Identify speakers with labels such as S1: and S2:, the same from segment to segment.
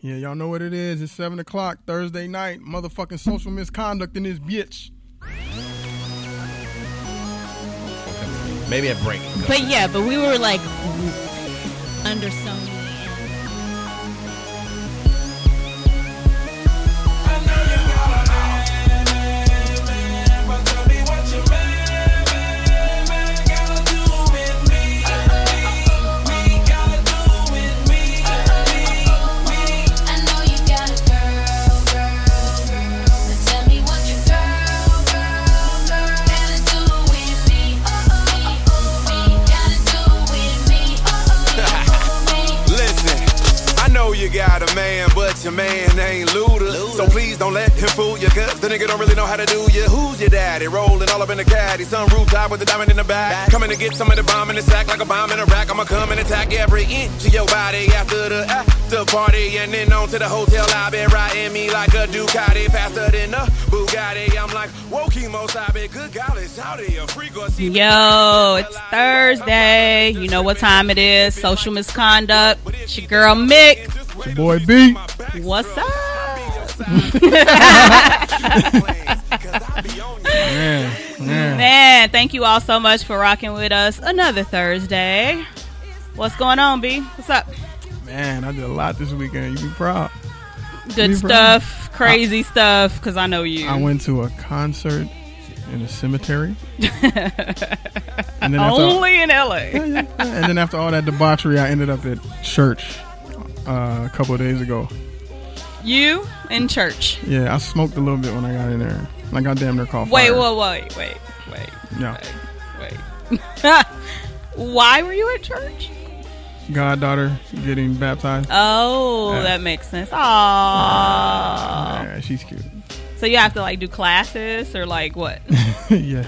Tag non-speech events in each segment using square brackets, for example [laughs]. S1: Yeah, y'all know what it is. It's 7 o'clock Thursday night. Motherfucking social misconduct in this bitch.
S2: Maybe a break.
S3: But yeah, but we were like under some.
S4: [laughs] Listen, I know you got a man, but your man ain't Luda. So please don't let him fool you, cause the nigga don't really know how to do you. Who's your daddy? Rolling all up in the caddy. Some rooftop with a diamond in the back. Coming to get some of the bomb in the sack, like a bomb in a rack. I'ma come and attack every inch of your body after the after party. And then on to the hotel lobby, riding me like a Ducati. Faster than a Bugatti. I'm like, whoa, chemo, good golly, howdy, a freak or she-
S3: Yo, it's Thursday. You know what time it is. Social misconduct. It's your girl Mick.
S1: It's your boy B.
S3: What's up?
S1: [laughs] Man, man.
S3: Man, thank you all so much for rocking with us another Thursday. What's going on, B? What's up?
S1: Man, I did a lot this weekend. You be proud.
S3: Good
S1: Me, bro.
S3: stuff, crazy stuff, because I know you.
S1: I went to a concert in a
S3: [laughs]
S1: cemetery. and, then after, all-
S3: Only in LA.
S1: and then after all that debauchery, I ended up at church uh, a couple of days ago.
S3: You in church.
S1: Yeah, I smoked a little bit when I got in there. Like I damn near caught
S3: Wait,
S1: fire.
S3: whoa, wait, wait, wait,
S1: Yeah.
S3: wait, wait. [laughs] Why were you at church?
S1: Goddaughter getting baptized.
S3: Oh,
S1: Yeah.
S3: that makes sense. Aww.
S1: Yeah, she's cute. [laughs]
S3: So you have to like do classes or like what?
S1: yeah.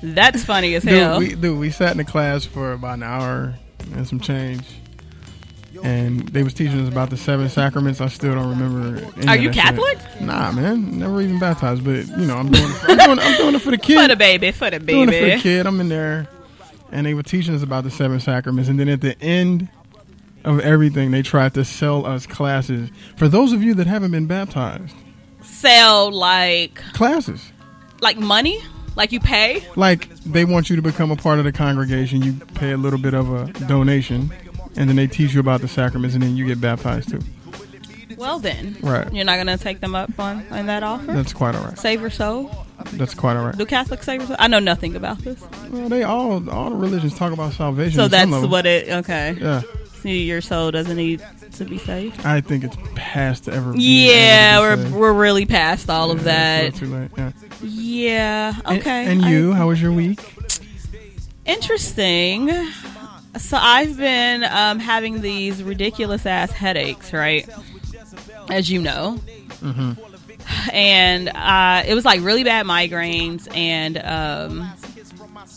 S3: That's funny as
S1: Dude
S3: hell.
S1: we, dude, we sat in the class for about an hour and some change. And they was teaching us about the seven sacraments. I still don't remember. any
S3: Are
S1: of
S3: you
S1: that shit.
S3: Catholic?
S1: Nah, man, never even baptized. But you know, I'm doing it for, I'm doing, I'm doing it for the kid.
S3: for the baby, for the
S1: doing it for the
S3: baby.
S1: kid. I'm in there, and they were teaching us about the seven sacraments. And then at the end of everything, they tried to sell us classes for those of you that haven't been baptized.
S3: Sell like
S1: Classes
S3: like money, like you pay.
S1: like they want you to become a part of the congregation. You pay a little bit of a donation, and then they teach you about the sacraments, and then you get baptized too.
S3: Well then,
S1: Right.
S3: You're not gonna take them up on, on that offer.
S1: That's quite all right.
S3: Save your soul.
S1: That's quite all right.
S3: Do Catholics save your soul? I know nothing about this,
S1: Well, they all all the religions talk about salvation.
S3: so
S1: at some
S3: that's
S1: level.
S3: what it. Okay,
S1: Yeah,
S3: So your soul doesn't need to be saved.
S1: I think it's past ever. being
S3: Yeah,
S1: able to
S3: we're
S1: say.
S3: we're really past all
S1: Yeah,
S3: of
S1: it's
S3: that.
S1: not too late, yeah.
S3: Yeah.
S1: And-
S3: Okay.
S1: And,
S3: I-
S1: you, how was your week?
S3: interesting. So I've been um, having these ridiculous ass headaches, right? As you know. And uh, it was like really bad migraines, and um,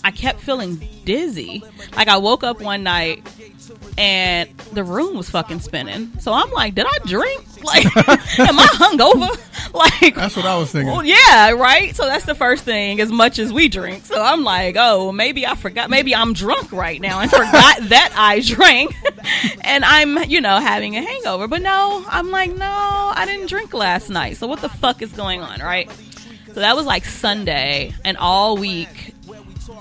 S3: I kept feeling dizzy. Like I woke up one night and the room was fucking spinning. So I'm like, did I drink? [laughs] Like, am I hungover? [laughs] Like,
S1: That's what I was thinking. [laughs]
S3: well, yeah, right. So that's the first thing. As much as we drink, so I'm like, oh, maybe I forgot. Maybe I'm drunk right now and forgot that I drank, [laughs] and I'm, you know, having a hangover. But no, I'm like, no, I didn't drink last night. So what the fuck is going on, right? So that was like Sunday, and all week,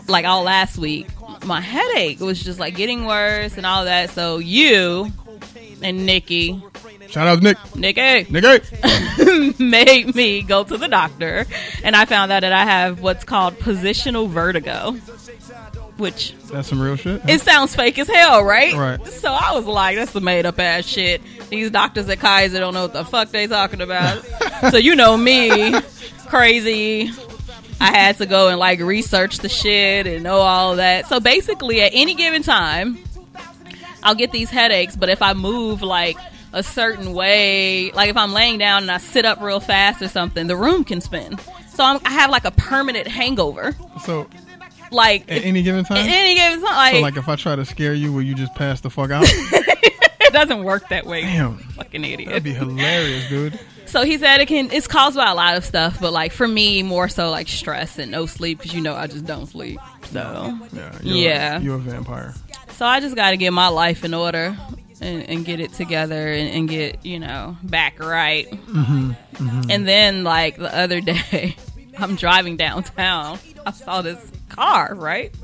S3: like all last week, my headache was just like getting worse and all that. So you and Nikki,
S1: Shout out to Nick.
S3: Nikki,
S1: Nick, hey.
S3: [laughs] made me go to the doctor, and I found out that I have what's called positional vertigo, which
S1: that's some real shit.
S3: it sounds fake as hell, right?
S1: Right.
S3: So I was like, that's some made up ass shit. These doctors at Kaiser don't know what the fuck they
S1: [laughs]
S3: talking about. so you know me, crazy. I had to go and like research the shit and know all that. So basically, at any given time, I'll get these headaches, but if I move like a certain way, like if I'm laying down and I sit up real fast or something, the room can spin. So I'm, I have like a permanent hangover.
S1: so,
S3: Like
S1: at
S3: at
S1: any given time.
S3: any given time,
S1: Eh, so, like, if I try to scare you, will you just pass the fuck out?
S3: it doesn't work that way.
S1: Damn,
S3: Fucking idiot.
S1: that'd be hilarious, dude.
S3: so he said it can. It's caused by a lot of stuff, but like for me, more so like stress and no sleep because you know I just don't sleep. So
S1: Yeah, you're,
S3: Yeah.
S1: you're a vampire.
S3: so I just got to get my life in order and, and get it together and, and get you know back right.
S1: Mm-hmm,
S3: And then like the other day, [laughs] I'm driving downtown. I saw this car. Right,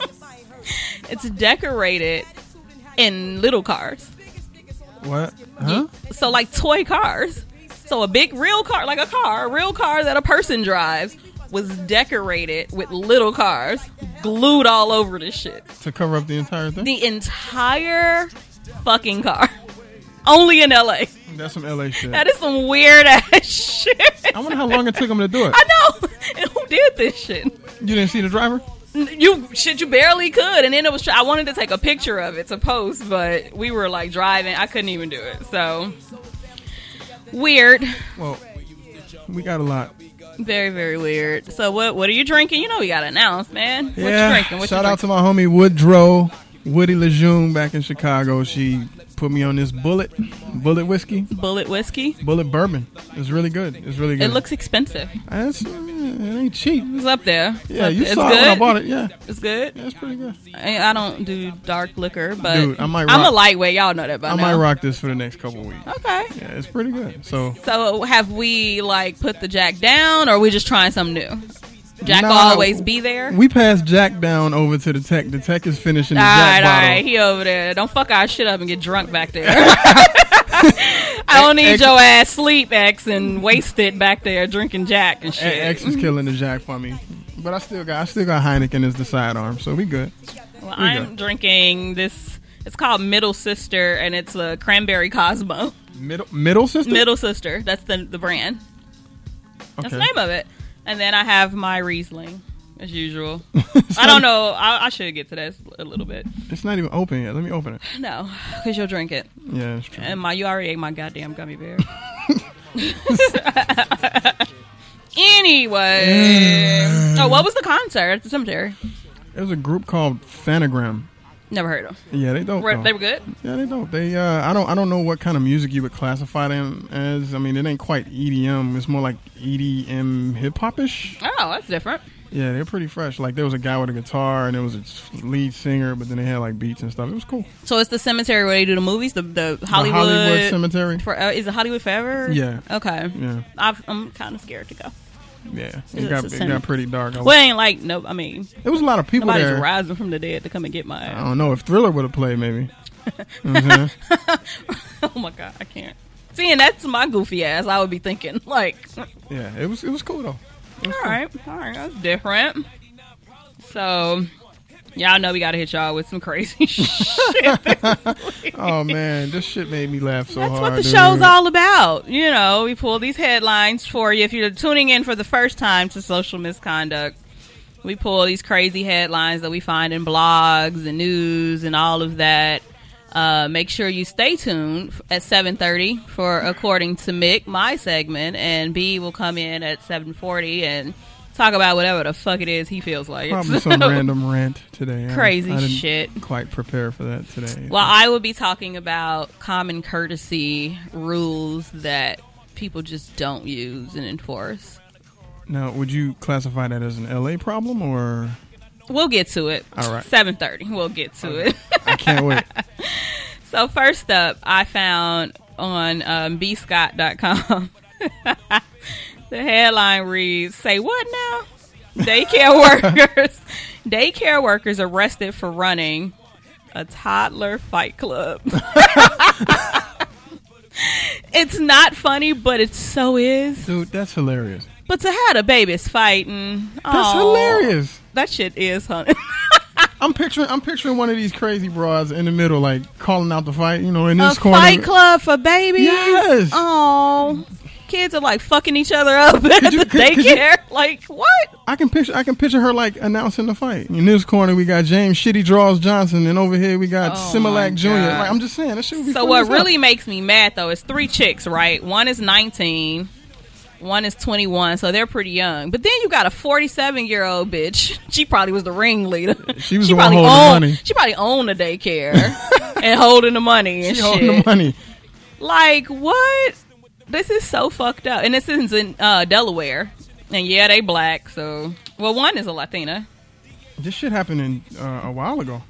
S3: [laughs] it's decorated in little cars.
S1: What? Huh?
S3: So like toy cars. So a big real car, like a car, a real car that a person drives, was decorated with little cars glued all over this shit.
S1: To cover up the entire thing?
S3: The entire fucking car. Only in LA.
S1: That's some LA shit.
S3: That is some weird ass [laughs] shit.
S1: I wonder how long it took them to do it.
S3: I know. And who did this shit?
S1: You didn't see the driver?
S3: you shit you barely could and then it was i wanted to take a picture of it to post but we were like driving i couldn't even do it so weird
S1: Well, we got a lot.
S3: very very weird so what what are you drinking you know we gotta announce man what
S1: yeah.
S3: you drinking what
S1: Shout
S3: you
S1: out to my homie Woodrow, Woody Lejeune back in Chicago. She put me on this bullet, bullet whiskey,
S3: to bullet whiskey
S1: bullet bourbon. It's really good. It's really good.
S3: it looks expensive
S1: It's, it ain't cheap.
S3: it's up there
S1: Yeah,
S3: Up
S1: you
S3: there.
S1: saw
S3: it's
S1: it
S3: good
S1: when I bought it. Yeah,
S3: it's good
S1: yeah, it's pretty good.
S3: I, I don't do dark liquor but
S1: Dude, I might
S3: am a
S1: rock-
S3: lightweight y'all know that by
S1: I
S3: now
S1: might rock this for the next couple weeks.
S3: okay
S1: Yeah, it's pretty good. So
S3: So have we like put the Jack down, or we just trying something new? Jack
S1: No.
S3: will always be there.
S1: we passed Jack down over to the tech. The tech is finishing the
S3: all
S1: Jack
S3: right, all
S1: bottle.
S3: right, he over there. Don't fuck our shit up and get drunk back
S1: [laughs]
S3: there. I don't need
S1: Ex-
S3: your ass sleep, X, and wasted back there drinking Jack and shit.
S1: A- X is killing the Jack for me, but I still got I still got Heineken as the sidearm, so we good.
S3: well,
S1: we
S3: I'm
S1: good.
S3: drinking this. It's called Middle Sister, and it's a
S1: [laughs]
S3: cranberry Cosmo.
S1: Middle middle system.
S3: Middle Sister. That's the the brand. That's the name of it. And then I have my Riesling, as usual.
S1: [laughs]
S3: I don't know. I, I should get to that a little bit.
S1: It's not even open yet. Let me open it.
S3: No, because you'll drink it.
S1: Yeah, it's true.
S3: And my, you already ate my goddamn gummy bear. anyway, oh, what was the concert at the cemetery?
S1: It was a group called Fanagram.
S3: Never heard of.
S1: Yeah, they dope.
S3: Were,
S1: though.
S3: they were good.
S1: Yeah, they dope. They uh, I don't I don't know what kind of music you would classify them as. I mean, it ain't quite EDM. It's more like E EDM hip hop ish.
S3: Oh, that's different.
S1: Yeah, they're pretty fresh. Like there was a guy with a guitar and there was a lead singer, but then they had like beats and stuff. It was cool.
S3: So it's the cemetery where they do the movies, the the
S1: The
S3: Hollywood.
S1: Hollywood Cemetery.
S3: for, uh, is it Hollywood Forever?
S1: Yeah.
S3: Okay.
S1: Yeah,
S3: I've, I'm kind of scared to go.
S1: yeah.
S3: It's
S1: It got
S3: the
S1: it
S3: same.
S1: got pretty dark. I was-
S3: Well, it ain't like no. I mean,
S1: There was a lot of people
S3: nobody's
S1: there. Uh-huh.
S3: rising from the dead to come and get my.
S1: I
S3: ass.
S1: don't know if Thriller would have played maybe. You know what I'm saying?
S3: [laughs] Oh my god, I can't. Seeing that's my goofy ass. I would be thinking like, all
S1: yeah, it was it was cool though. It was cool.
S3: right, all right, that's different. So, y'all know we gotta hit y'all with some crazy [laughs] shit. [laughs]
S1: Oh man, this shit made me laugh so
S3: That's
S1: hard.
S3: what the
S1: dude.
S3: show's all about. You know, we pull these headlines for you. If you're tuning in for the first time to social misconduct, we pull these crazy headlines that we find in blogs and news and all of that. Uh, make sure you stay tuned f- at 7.30 for according to mick my segment and b will come in at 7.40 and talk about whatever the fuck it is he feels like
S1: Probably some
S3: [laughs]
S1: random rant today. I-
S3: Crazy
S1: I didn't
S3: shit.
S1: Quite prepare for that today.
S3: Well, I will be talking about common courtesy rules that people just don't use and enforce.
S1: now, would you classify that as an LA problem or?
S3: We'll get to it.
S1: All right.
S3: Seven thirty. We'll get to it.
S1: I can't
S3: [laughs]
S1: wait.
S3: So first up, I found on um, bscott.com. [laughs] the headline reads, "Say what now?
S1: [laughs]
S3: Daycare workers, daycare workers arrested for running a toddler fight club." [laughs] it's not funny, but it so is.
S1: Dude, that's hilarious.
S3: But to have the babies fighting,
S1: That's
S3: aw,
S1: hilarious.
S3: That shit is, honey.
S1: I'm picturing I'm picturing one of these crazy broads in the middle, like calling out the fight, you know, in
S3: a
S1: this corner.
S3: fight club for babies.
S1: Yes.
S3: Oh, kids are like fucking each other up [laughs] at
S1: you- [laughs]
S3: the
S1: could- could you-
S3: daycare. [laughs] like what?
S1: I can picture I can picture her like announcing the fight. In this corner we got James Shitty Draws Johnson and over here we got
S3: Oh, my
S1: Similac Jr.
S3: God.
S1: Like I'm just saying that shit would be
S3: So
S1: funny
S3: what
S1: as hell.
S3: really makes me mad though is three chicks, right? One is nineteen, one is twenty one, so they're pretty young. But then you got a forty seven year old bitch. [laughs] She probably was the ringleader.
S1: She was the one
S3: probably
S1: holding the
S3: owned,
S1: money.
S3: She probably owned
S1: [laughs]
S3: the daycare and holding the money and
S1: She
S3: shit.
S1: holding the money.
S3: Like what? This is so fucked up. And this is in uh, Delaware. And yeah, they black. So well, one is a Latina.
S1: This shit happened in uh, a while ago.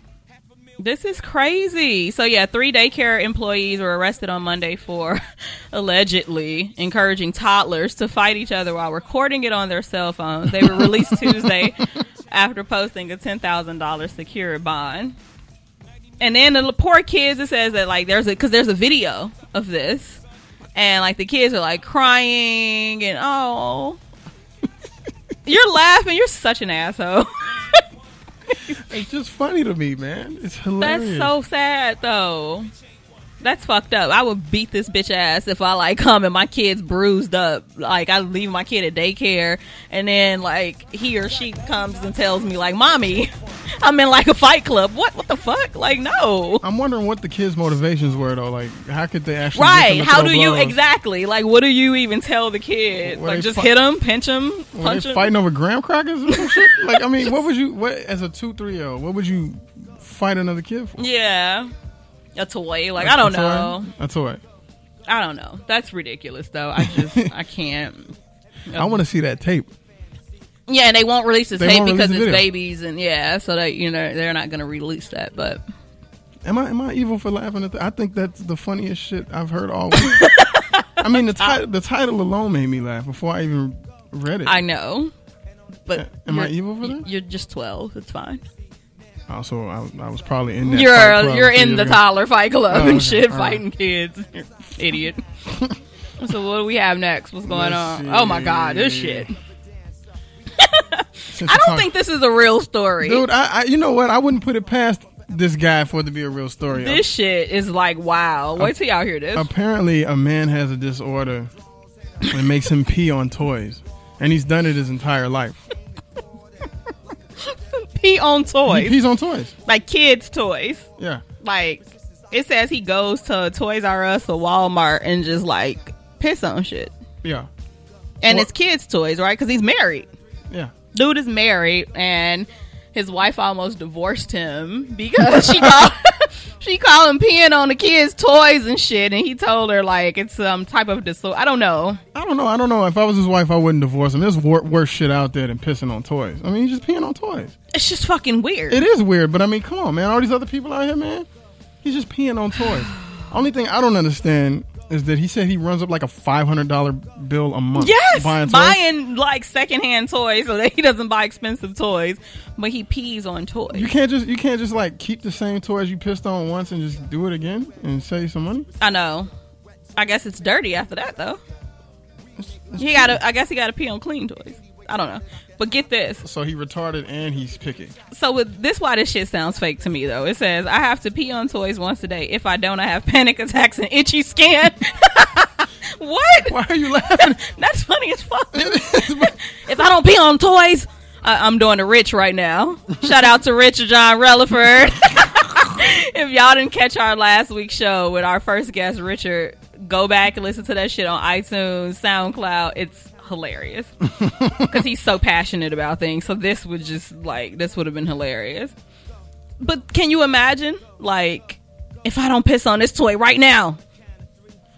S3: This is crazy. So yeah, three daycare employees were arrested on Monday for [laughs] allegedly encouraging toddlers to fight each other while recording it on their cell phones. They were released Tuesday after posting a ten thousand dollars secured bond. And then the poor kids. It says that like there's a because there's a video of this, and like the kids are like crying and oh, you're laughing. You're such an asshole. [laughs]
S1: It's just funny to me, man. It's
S3: That's
S1: hilarious.
S3: so sad, though. That's fucked up. I would beat this bitch ass if I like come and my kid's bruised up. Like I leave my kid at daycare, and then like he or she comes and tells me like, "Mommy, I'm in like a fight club." What? What the fuck? Like no.
S1: I'm wondering what the kids' motivations were though. Like, how could they actually? get them
S3: Right?
S1: to
S3: How
S1: throw
S3: do you
S1: blows?
S3: exactly? Like what do you even tell the kid?
S1: Were
S3: like
S1: they
S3: just
S1: fi-
S3: hit him, pinch him,
S1: Were
S3: punch
S1: they
S3: him.
S1: fighting over graham crackers or some shit? Like, I mean, what would you? What as a two, three year old? What would you fight another kid for?
S3: yeah, a toy. Like I don't
S1: a toy?
S3: know.
S1: A toy.
S3: I don't know. That's ridiculous, though. I just I can't.
S1: [laughs] I want to see that tape.
S3: Yeah, and they won't release the
S1: They
S3: tape
S1: won't release
S3: because
S1: the
S3: it's
S1: video.
S3: babies, and yeah, so that you know they're not going to release that. But
S1: Am I am I evil for laughing at that? I think that's the funniest shit I've heard all week. I mean,
S3: [laughs]
S1: the title the title alone made me laugh before I even read it.
S3: I know. But
S1: Am I
S3: you're-
S1: evil for that?
S3: You're just twelve. It's fine.
S1: also, I, I was probably in that.
S3: you're
S1: fight club
S3: you're
S1: three
S3: in
S1: years
S3: the
S1: ago.
S3: toddler fight club
S1: Oh, okay.
S3: and shit,
S1: All right.
S3: fighting kids, [laughs] You're an
S1: [laughs]
S3: idiot. so what do we have next? What's going
S1: Let's
S3: on? Oh my god, this
S1: see.
S3: shit.
S1: Since
S3: I
S1: we're
S3: don't
S1: talking-
S3: think this is a real story.
S1: dude. I, I you know what? I wouldn't put it past this guy for it to be a real story.
S3: this shit is like wow. Wait till y'all hear this.
S1: Apparently, a man has a disorder that makes him pee on toys, and he's done it his entire life.
S3: pee on
S1: He [laughs]
S3: toys,
S1: pees on toys.
S3: like kids' toys.
S1: Yeah.
S3: like it says he goes to Toys R Us or Walmart and just like piss on shit.
S1: Yeah.
S3: And
S1: What-
S3: it's kids' toys, right? Because he's married.
S1: Yeah.
S3: Dude is married, and his wife almost divorced him because
S1: [laughs]
S3: she called [laughs] she called him peeing on the kids' toys and shit. And he told her like it's some type of disorder. I don't know.
S1: I don't know. I don't know. If I was his wife, I wouldn't divorce him. There's wor- worse shit out there than pissing on toys. I mean, he's just peeing on toys.
S3: It's just fucking weird.
S1: It is weird, but I mean, come on, man. All these other people out here, man. He's just peeing on
S3: [sighs]
S1: toys. Only thing I don't understand is that he said he runs up like a five hundred dollar bill a month.
S3: Yes,
S1: buying
S3: buying,
S1: toys.
S3: like secondhand toys so that he doesn't buy expensive toys, but he pees on toys.
S1: You can't just you can't just like keep the same toys you pissed on once and just do it again and save some money.
S3: I know. I guess it's dirty after that though. He got. to I guess he got to pee on clean toys. I don't know. But get this.
S1: So he retarded and he's picking. [laughs]
S3: So with this, why this shit sounds fake to me though. It says I have to pee on toys once a day. If I don't, I have panic attacks and itchy skin. [laughs] what?
S1: Why are you laughing?
S3: [laughs] That's funny as fuck. [laughs] if I don't pee on toys, I- I'm doing the rich right now. Shout out to Rich and John Relaford. [laughs] if y'all didn't catch our last week's show with our first guest, Richard, go back and listen to that shit on iTunes, SoundCloud. It's hilarious because he's so passionate about things. So this would just like this would have been hilarious. But can you imagine, like, if I don't piss on this toy right now?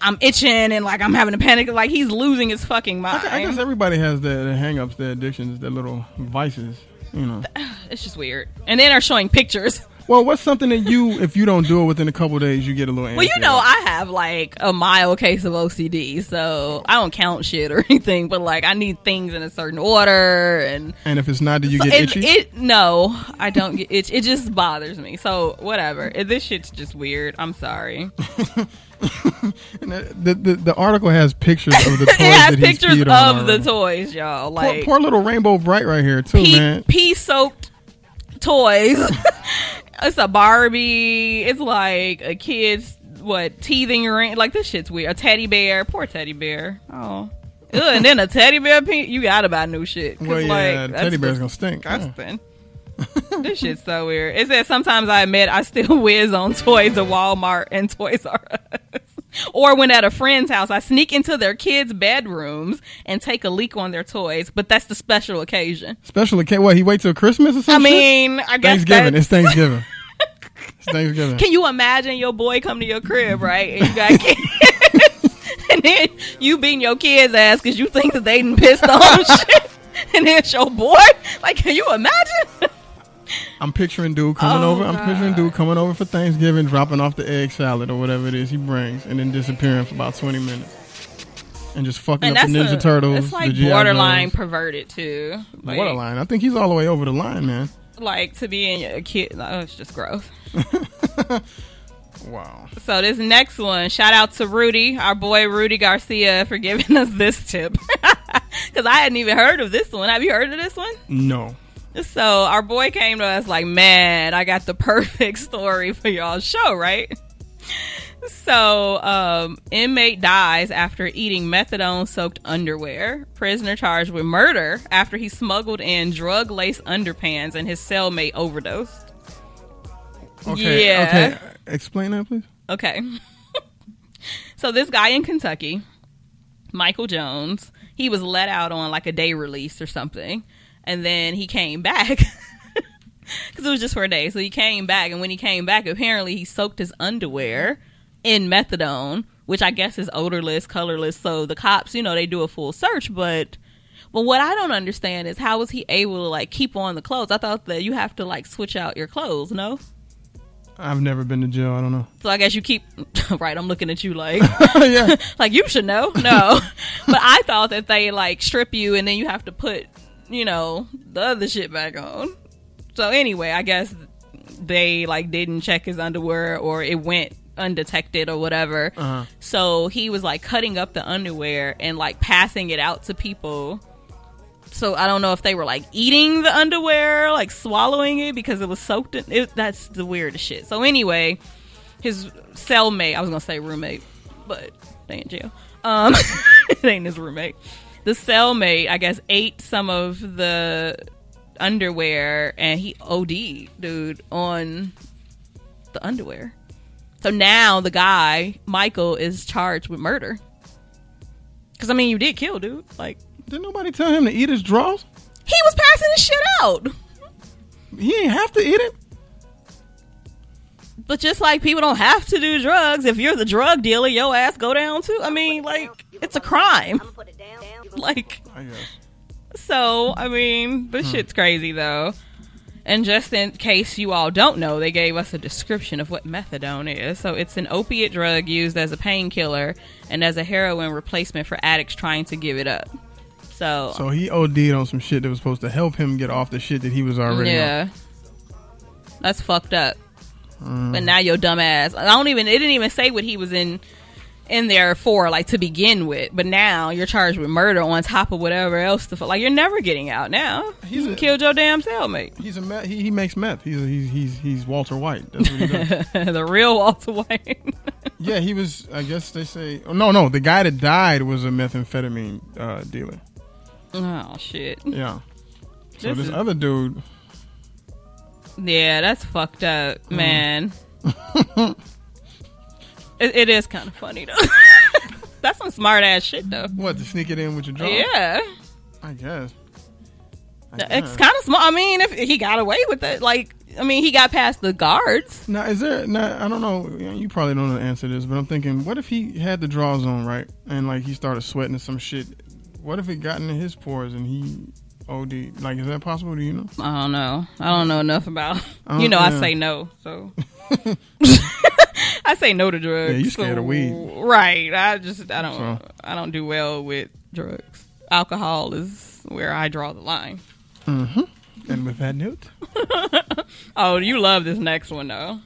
S3: I'm itching and like I'm having a panic. Like he's losing his fucking mind.
S1: I guess everybody has their, their hang-ups, their addictions, their little vices. You know.
S3: It's just weird. And then are showing
S1: [laughs]
S3: pictures.
S1: Well, what's something that you, if you don't do it within a couple days, you get a little.
S3: Well, you
S1: antsy
S3: know,
S1: about?
S3: I have like a mild case of OCD, so I don't count shit or [laughs] anything. But like, I need things in a certain order, and
S1: and if it's not, do you get
S3: it,
S1: itchy?
S3: it no, I don't get itch. It just bothers me. So whatever. It- This shit's just weird. I'm sorry.
S1: And the, the the article has pictures of the toys.
S3: [laughs] it has
S1: that he's
S3: pictures
S1: peed on
S3: of the
S1: already.
S3: toys, y'all.
S1: Poor-
S3: Like
S1: Poor, little Rainbow Bright right here too,
S3: pee,
S1: man.
S3: pee soaked toys. [laughs] it's a Barbie. It's like a kid's what teething ring. Like this shit's weird. A teddy bear. Poor teddy bear. Oh. Ugh, and then a teddy bear pee. You gotta buy new shit. 'Cause,
S1: Well, yeah,
S3: like,
S1: the
S3: that's
S1: teddy bear's gonna
S3: just
S1: stink. yeah.
S3: disgusting. this shit's so weird. It says sometimes I admit I still [laughs] whiz on toys at Walmart and Toys R Us. Or when at a friend's house, I sneak into their kids' bedrooms and take a leak on their toys, but that's the special occasion.
S1: Special occasion. What he wait till Christmas or [laughs]
S3: I
S1: something?
S3: mean, I guess
S1: Thanksgiving. It's
S3: that's-
S1: Thanksgiving. it's Thanksgiving.
S3: [laughs] Can you imagine your boy come to your crib, right? And
S1: [laughs]
S3: you got kids, [laughs] and then you beating your kids' ass because you think
S1: [laughs]
S3: that they didn't pissed on shit, and then it's your boy. Like, can you imagine?
S1: I'm picturing dude coming
S3: Oh,
S1: over. I'm picturing dude coming over for Thanksgiving, dropping off the egg salad or whatever it is he brings, and then disappearing for about 20 minutes, and just fucking
S3: And
S1: up
S3: that's
S1: the Ninja
S3: a-
S1: Turtles.
S3: It's like
S1: the G.I.
S3: borderline
S1: Joes.
S3: perverted too. Like,
S1: borderline. I think he's all the way over the line, man.
S3: Like to be in a kid. Oh, it's just gross.
S1: Wow.
S3: So this next one, shout out to Rudy, our boy Rudy Garcia, for giving [laughs] us this tip. Because I hadn't even heard of this one. Have you heard of this one?
S1: No.
S3: So our boy came to us like, man, I got the perfect story for y'all show, right? So um, inmate dies after eating methadone soaked underwear. Prisoner charged with murder after he smuggled in drug laced underpants and his cellmate overdosed.
S1: Okay.
S3: Yeah.
S1: Okay. Explain that, please.
S3: Okay. [laughs] so this guy in Kentucky, Michael Jones, he was let out on like a day release or something, and then he came back. [laughs] Because it was just for a day. So he came back, and when he came back, apparently he soaked his underwear in methadone, which I guess is odorless, colorless. So the cops, you know, they do a full search, but. But what I don't understand is how was he able to like keep on the clothes? I thought that you have to like switch out your clothes, no?
S1: I've never been to jail. I don't know.
S3: So I guess you keep [laughs] right. I'm looking at you like
S1: [laughs] yeah.
S3: like you should know no but i thought that they like strip you and then you have to put you know the other shit back on so anyway i guess they like didn't check his underwear or it went undetected or whatever
S1: Uh-huh.
S3: so he was like cutting up the underwear and like passing it out to people so i don't know if they were like eating the underwear like swallowing it because it was soaked in it that's the weirdest shit so anyway his cellmate. I was gonna say roommate, but they in jail. Um, [laughs] it ain't his roommate. The cellmate, I guess, ate some of the underwear and he OD'd, dude, on the underwear. So now the guy Michael is charged with murder. Cause I mean, you did kill, dude. Like
S1: Did nobody tell him to eat his drawers?
S3: he was passing his shit out.
S1: He ain't have to eat it.
S3: But just like people don't have to do drugs, if you're the drug dealer, your ass go down too. I mean, like it's a crime.
S5: I'ma put it down.
S3: [laughs] Like
S1: I guess.
S3: So, I mean, this shit's crazy though. And just in case you all don't know, they gave us a description of what methadone is. So, it's an opiate drug used as a painkiller and as a heroin replacement for addicts trying to give it up. So,
S1: So he OD'd on some shit that was supposed to help him get off the shit that he was already. on.
S3: yeah. That's fucked up. But now your dumb ass. I don't even it didn't even say what he was in in there for like to begin with. But now you're charged with murder on top of whatever else the fuck. Like you're never getting out now.
S1: He's
S3: He's
S1: a-
S3: killed your damn cellmate. [laughs]
S1: He's a meth. He, he makes meth. He's, a, he's he's he's Walter White. That's what he [laughs] does.
S3: the real Walter White.
S1: yeah, he was. I guess they say. Oh, no, no. The guy that died was a methamphetamine uh, dealer.
S3: [laughs] oh shit.
S1: Yeah. So
S3: This
S1: this
S3: is-
S1: other dude.
S3: Yeah, that's fucked up, man. it, it is kind of funny though. [laughs] that's some smart ass shit though.
S1: What to sneak it in with your drawers?
S3: Yeah,
S1: I guess. I
S3: it's
S1: guess.
S3: kind of smart. I mean, if he got away with it, like, I mean, he got past the guards.
S1: Now, is there? Now, I don't know. you know, You probably don't know the answer to this, but I'm thinking, what if he had the drawers on, right? And like he started sweating or some shit. What if it got into his pores and he OD? Like, is that possible? Do you know?
S3: I don't know. I don't know enough about.
S1: Oh,
S3: you know,
S1: yeah.
S3: I say no.
S1: [laughs]
S3: So [laughs] I say no to drugs.
S1: Yeah, you scared
S3: so-
S1: of weed.
S3: right? I just I don't
S1: So-
S3: I don't do well with drugs. Alcohol is where I draw the line.
S1: [laughs] And with that note.
S3: Oh, you love this next one though.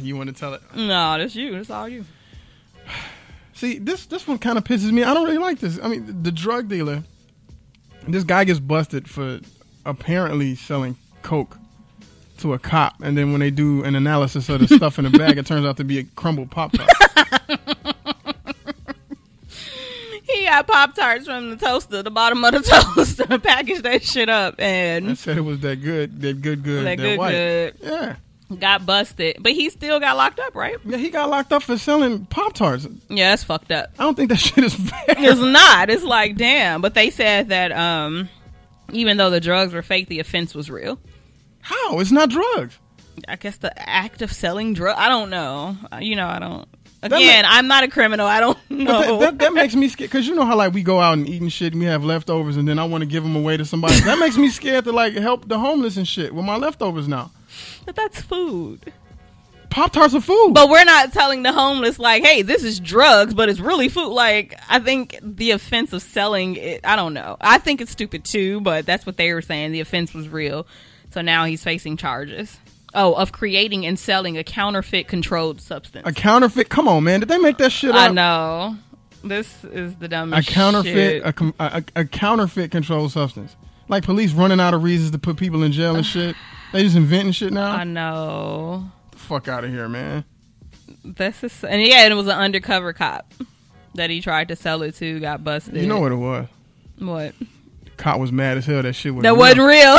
S1: You want to tell it?
S3: No, that's you. That's all you.
S1: See, this this one kind of pisses me. I don't really like this. I mean, the drug dealer, this guy gets busted for apparently selling coke to a cop, and then when they do an analysis of the
S3: [laughs]
S1: stuff in the bag, it turns out to be a crumbled pop tart.
S3: He got Pop Tarts from the toaster, the bottom of the [laughs] toaster, packaged that shit up
S1: and
S3: and
S1: said it was that good, that good, good, that,
S3: That good,
S1: white.
S3: good.
S1: Yeah,
S3: got busted. But he still got locked up, right?
S1: yeah. He got locked up for selling pop tarts.
S3: Yeah, that's fucked up.
S1: I don't think that [laughs] shit is fair.
S3: It's not. It's like, damn. But they said that um even though the drugs were fake, the offense was real.
S1: How? It's not drugs.
S3: I guess the act of selling drugs. I don't know. Uh, You know, I don't. Again, I'm not a criminal. I don't know.
S1: That, that, that makes me scared because you know how like we go out and eat and shit and we have leftovers and then I want to give them away to somebody. that makes me scared to like help the homeless and shit with my leftovers now.
S3: but that's food.
S1: Pop tarts are food.
S3: But we're not telling the homeless like, "Hey, this is drugs, but it's really food." Like, I think the offense of selling it, I don't know. I think it's stupid too, but that's what they were saying. The offense was real. So now he's facing charges. Oh, of creating and selling a counterfeit controlled substance.
S1: a counterfeit. Come on, man. Did they make that shit
S3: I
S1: up?
S3: know. This is the dumbest
S1: A counterfeit,
S3: shit.
S1: a, com- a, a a counterfeit controlled substance. Like police running out of reasons to put people in jail and shit. They just inventing shit now.
S3: I know.
S1: the fuck out of here, man.
S3: This is and yeah, it was an undercover cop that he tried to sell it to, got busted.
S1: You know what it was.
S3: What?
S1: Cop was mad as hell. That shit was
S3: That wasn't real.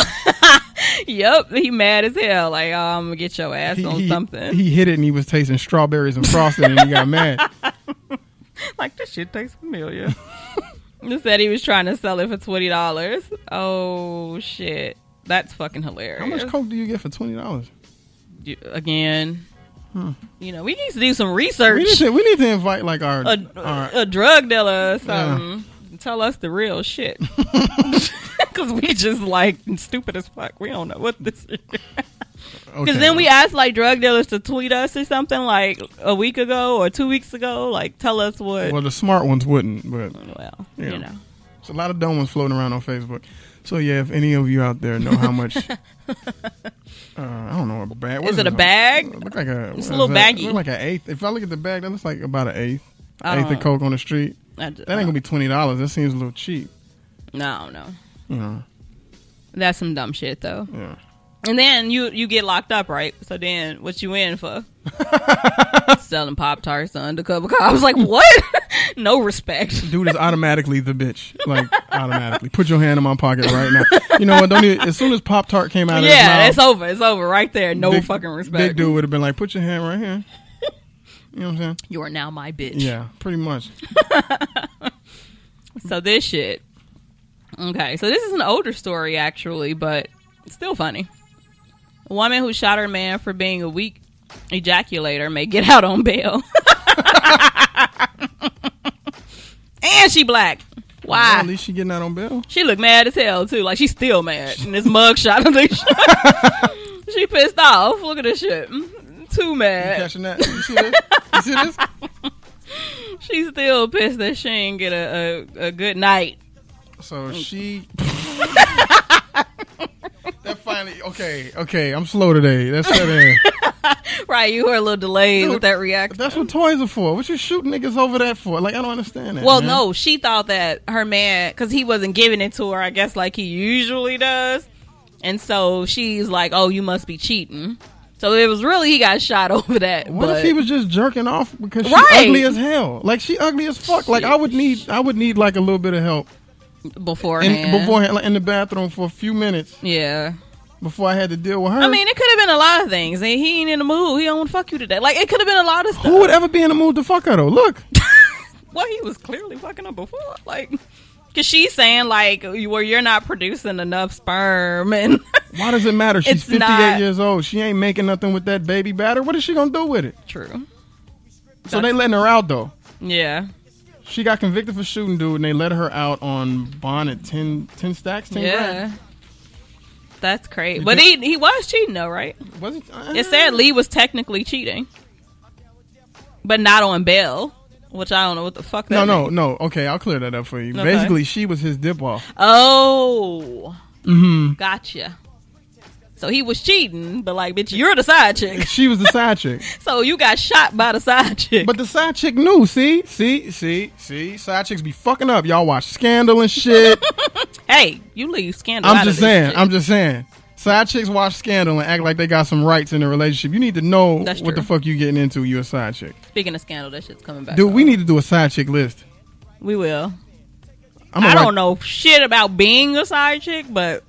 S3: [laughs] yep, he mad as hell. Like, oh, I'm gonna get your ass on something.
S1: He hit it and he was tasting strawberries and frosting and he got
S3: [laughs]
S1: mad.
S3: like this shit tastes familiar. [laughs]
S1: [laughs]
S3: He said he was trying to sell it for twenty dollars. Oh shit, that's fucking hilarious.
S1: How much coke do you get for twenty dollars?
S3: You- Again, you know, we need to do some
S1: Hmm. We need
S3: research.
S1: to we need to invite like our,
S3: A,
S1: our
S3: a drug dealer or something. Tell us the
S1: [laughs]
S3: real shit. [laughs] Because we just like stupid as fuck. We don't know what this is. Because
S1: okay.
S3: then we asked like drug dealers to tweet us or something like a week ago or two weeks ago, like tell us what.
S1: well the smart ones wouldn't, but
S3: Well,
S1: Yeah.
S3: you know,
S1: it's a lot of dumb ones floating around on Facebook. So yeah, if any of you out there know how
S3: [laughs]
S1: much, uh, I don't know a bag. what
S3: Is it a
S1: this?
S3: bag?
S1: It looked like a
S3: It's a
S1: what
S3: little
S1: is that? It
S3: baggy.
S1: looked like an eighth. If I look at the bag, that looks like about an eighth,
S3: I
S1: eighth
S3: don't Uh.
S1: of coke on the street.
S3: I just,
S1: That ain't gonna be twenty dollars. That seems a little cheap.
S3: no, no,
S1: You know,
S3: that's some dumb shit though.
S1: yeah.
S3: And then you you get locked up, right? So then what you in for?
S1: [laughs]
S3: Selling pop tarts to undercover cops. I was like, what? [laughs] no respect.
S1: dude is automatically the bitch. Like automatically, put your hand in my pocket right now. You know what? Don't even, as soon as Pop Tart came out of
S3: Yeah,
S1: his
S3: it's
S1: mouth,
S3: over. It's over right there. No
S1: big-
S3: fucking respect.
S1: Big dude would have been like, put your hand right here. You know what I'm saying?
S3: You are now my bitch.
S1: Yeah, [laughs] pretty much.
S3: So this shit. Okay, so this is an older story actually, but it's still funny. A woman who shot her man for being a weak ejaculator may get out on bail. [laughs] and she black.
S1: Well,
S3: Why?
S1: at least she getting out on bail.
S3: She looked mad as hell too. Like she's still mad. And this mugshot of this [laughs] She pissed off. Look at this shit. Mm, Too mad.
S1: Catching that? You see this? You see this?
S3: She's still pissed that she ain't get a, a, a good night. [laughs]
S1: So she. [laughs] that finally. Okay, okay. I'm slow today. That's that. in.
S3: [laughs] Right, you were a little delayed
S1: Dude,
S3: with that reaction.
S1: That's what toys are for. What you shooting niggas over that for? Like I don't understand that.
S3: Well,
S1: man.
S3: no, she thought that her man, because he wasn't giving it to her, I guess, like he usually does. And so she's like, oh, you must be cheating. So it was really, he got shot [laughs] over that.
S1: What
S3: but
S1: if he was just jerking off because she
S3: Right.
S1: ugly as hell? Like she ugly as fuck. Like I would need, I would need like a little bit of help in,
S3: beforehand?
S1: beforehand, like in the bathroom for a few minutes
S3: Yeah.
S1: before I had to deal with her.
S3: I mean, it could have been a lot of things. And he ain't in the mood. He don't want to fuck you today. Like, it could have been a lot of stuff.
S1: who would ever be in the mood to fuck her though? Look,
S3: [laughs] well, he was clearly fucking up before. Like, because she's saying, like, well, you're not producing enough sperm. And [laughs]
S1: why does it matter? She's
S3: It's
S1: fifty-eight
S3: not-
S1: years old. She ain't making nothing with that baby batter. What is she gonna do with it?
S3: true.
S1: So they letting her out though.
S3: Yeah.
S1: She got convicted for shooting dude, and they let her out on bond at 10, 10 stacks, ten
S3: Yeah. That's great. But he he was cheating though, right?
S1: grand. Was it? uh,
S3: It said Lee was technically cheating. But not on bail, which I don't know what the fuck
S1: No,
S3: that
S1: no,
S3: means.
S1: no. Okay, I'll clear that up for you.
S3: Okay.
S1: Basically, she was his dip off.
S3: Oh.
S1: Mm-hmm.
S3: Gotcha. So he was cheating, but like, bitch, you're the
S1: [laughs]
S3: side chick.
S1: She was the side chick.
S3: So you got shot by the side chick.
S1: But the side chick knew. See, see, see, see. Side chicks be fucking up. Y'all watch Scandal and shit.
S3: hey, you leave scandal. out
S1: I'm
S3: of
S1: just
S3: this
S1: saying.
S3: shit.
S1: I'm just saying. Side chicks watch Scandal and act like they got some rights in a relationship. You need to know
S3: That's
S1: what the
S3: true.
S1: fuck you getting into. You a side chick,
S3: Speaking of scandal, that shit's coming back.
S1: dude.
S3: up.
S1: We need to do a side chick list.
S3: we will.
S1: I'm
S3: I
S1: gonna
S3: don't
S1: write-
S3: know shit about being a side chick, but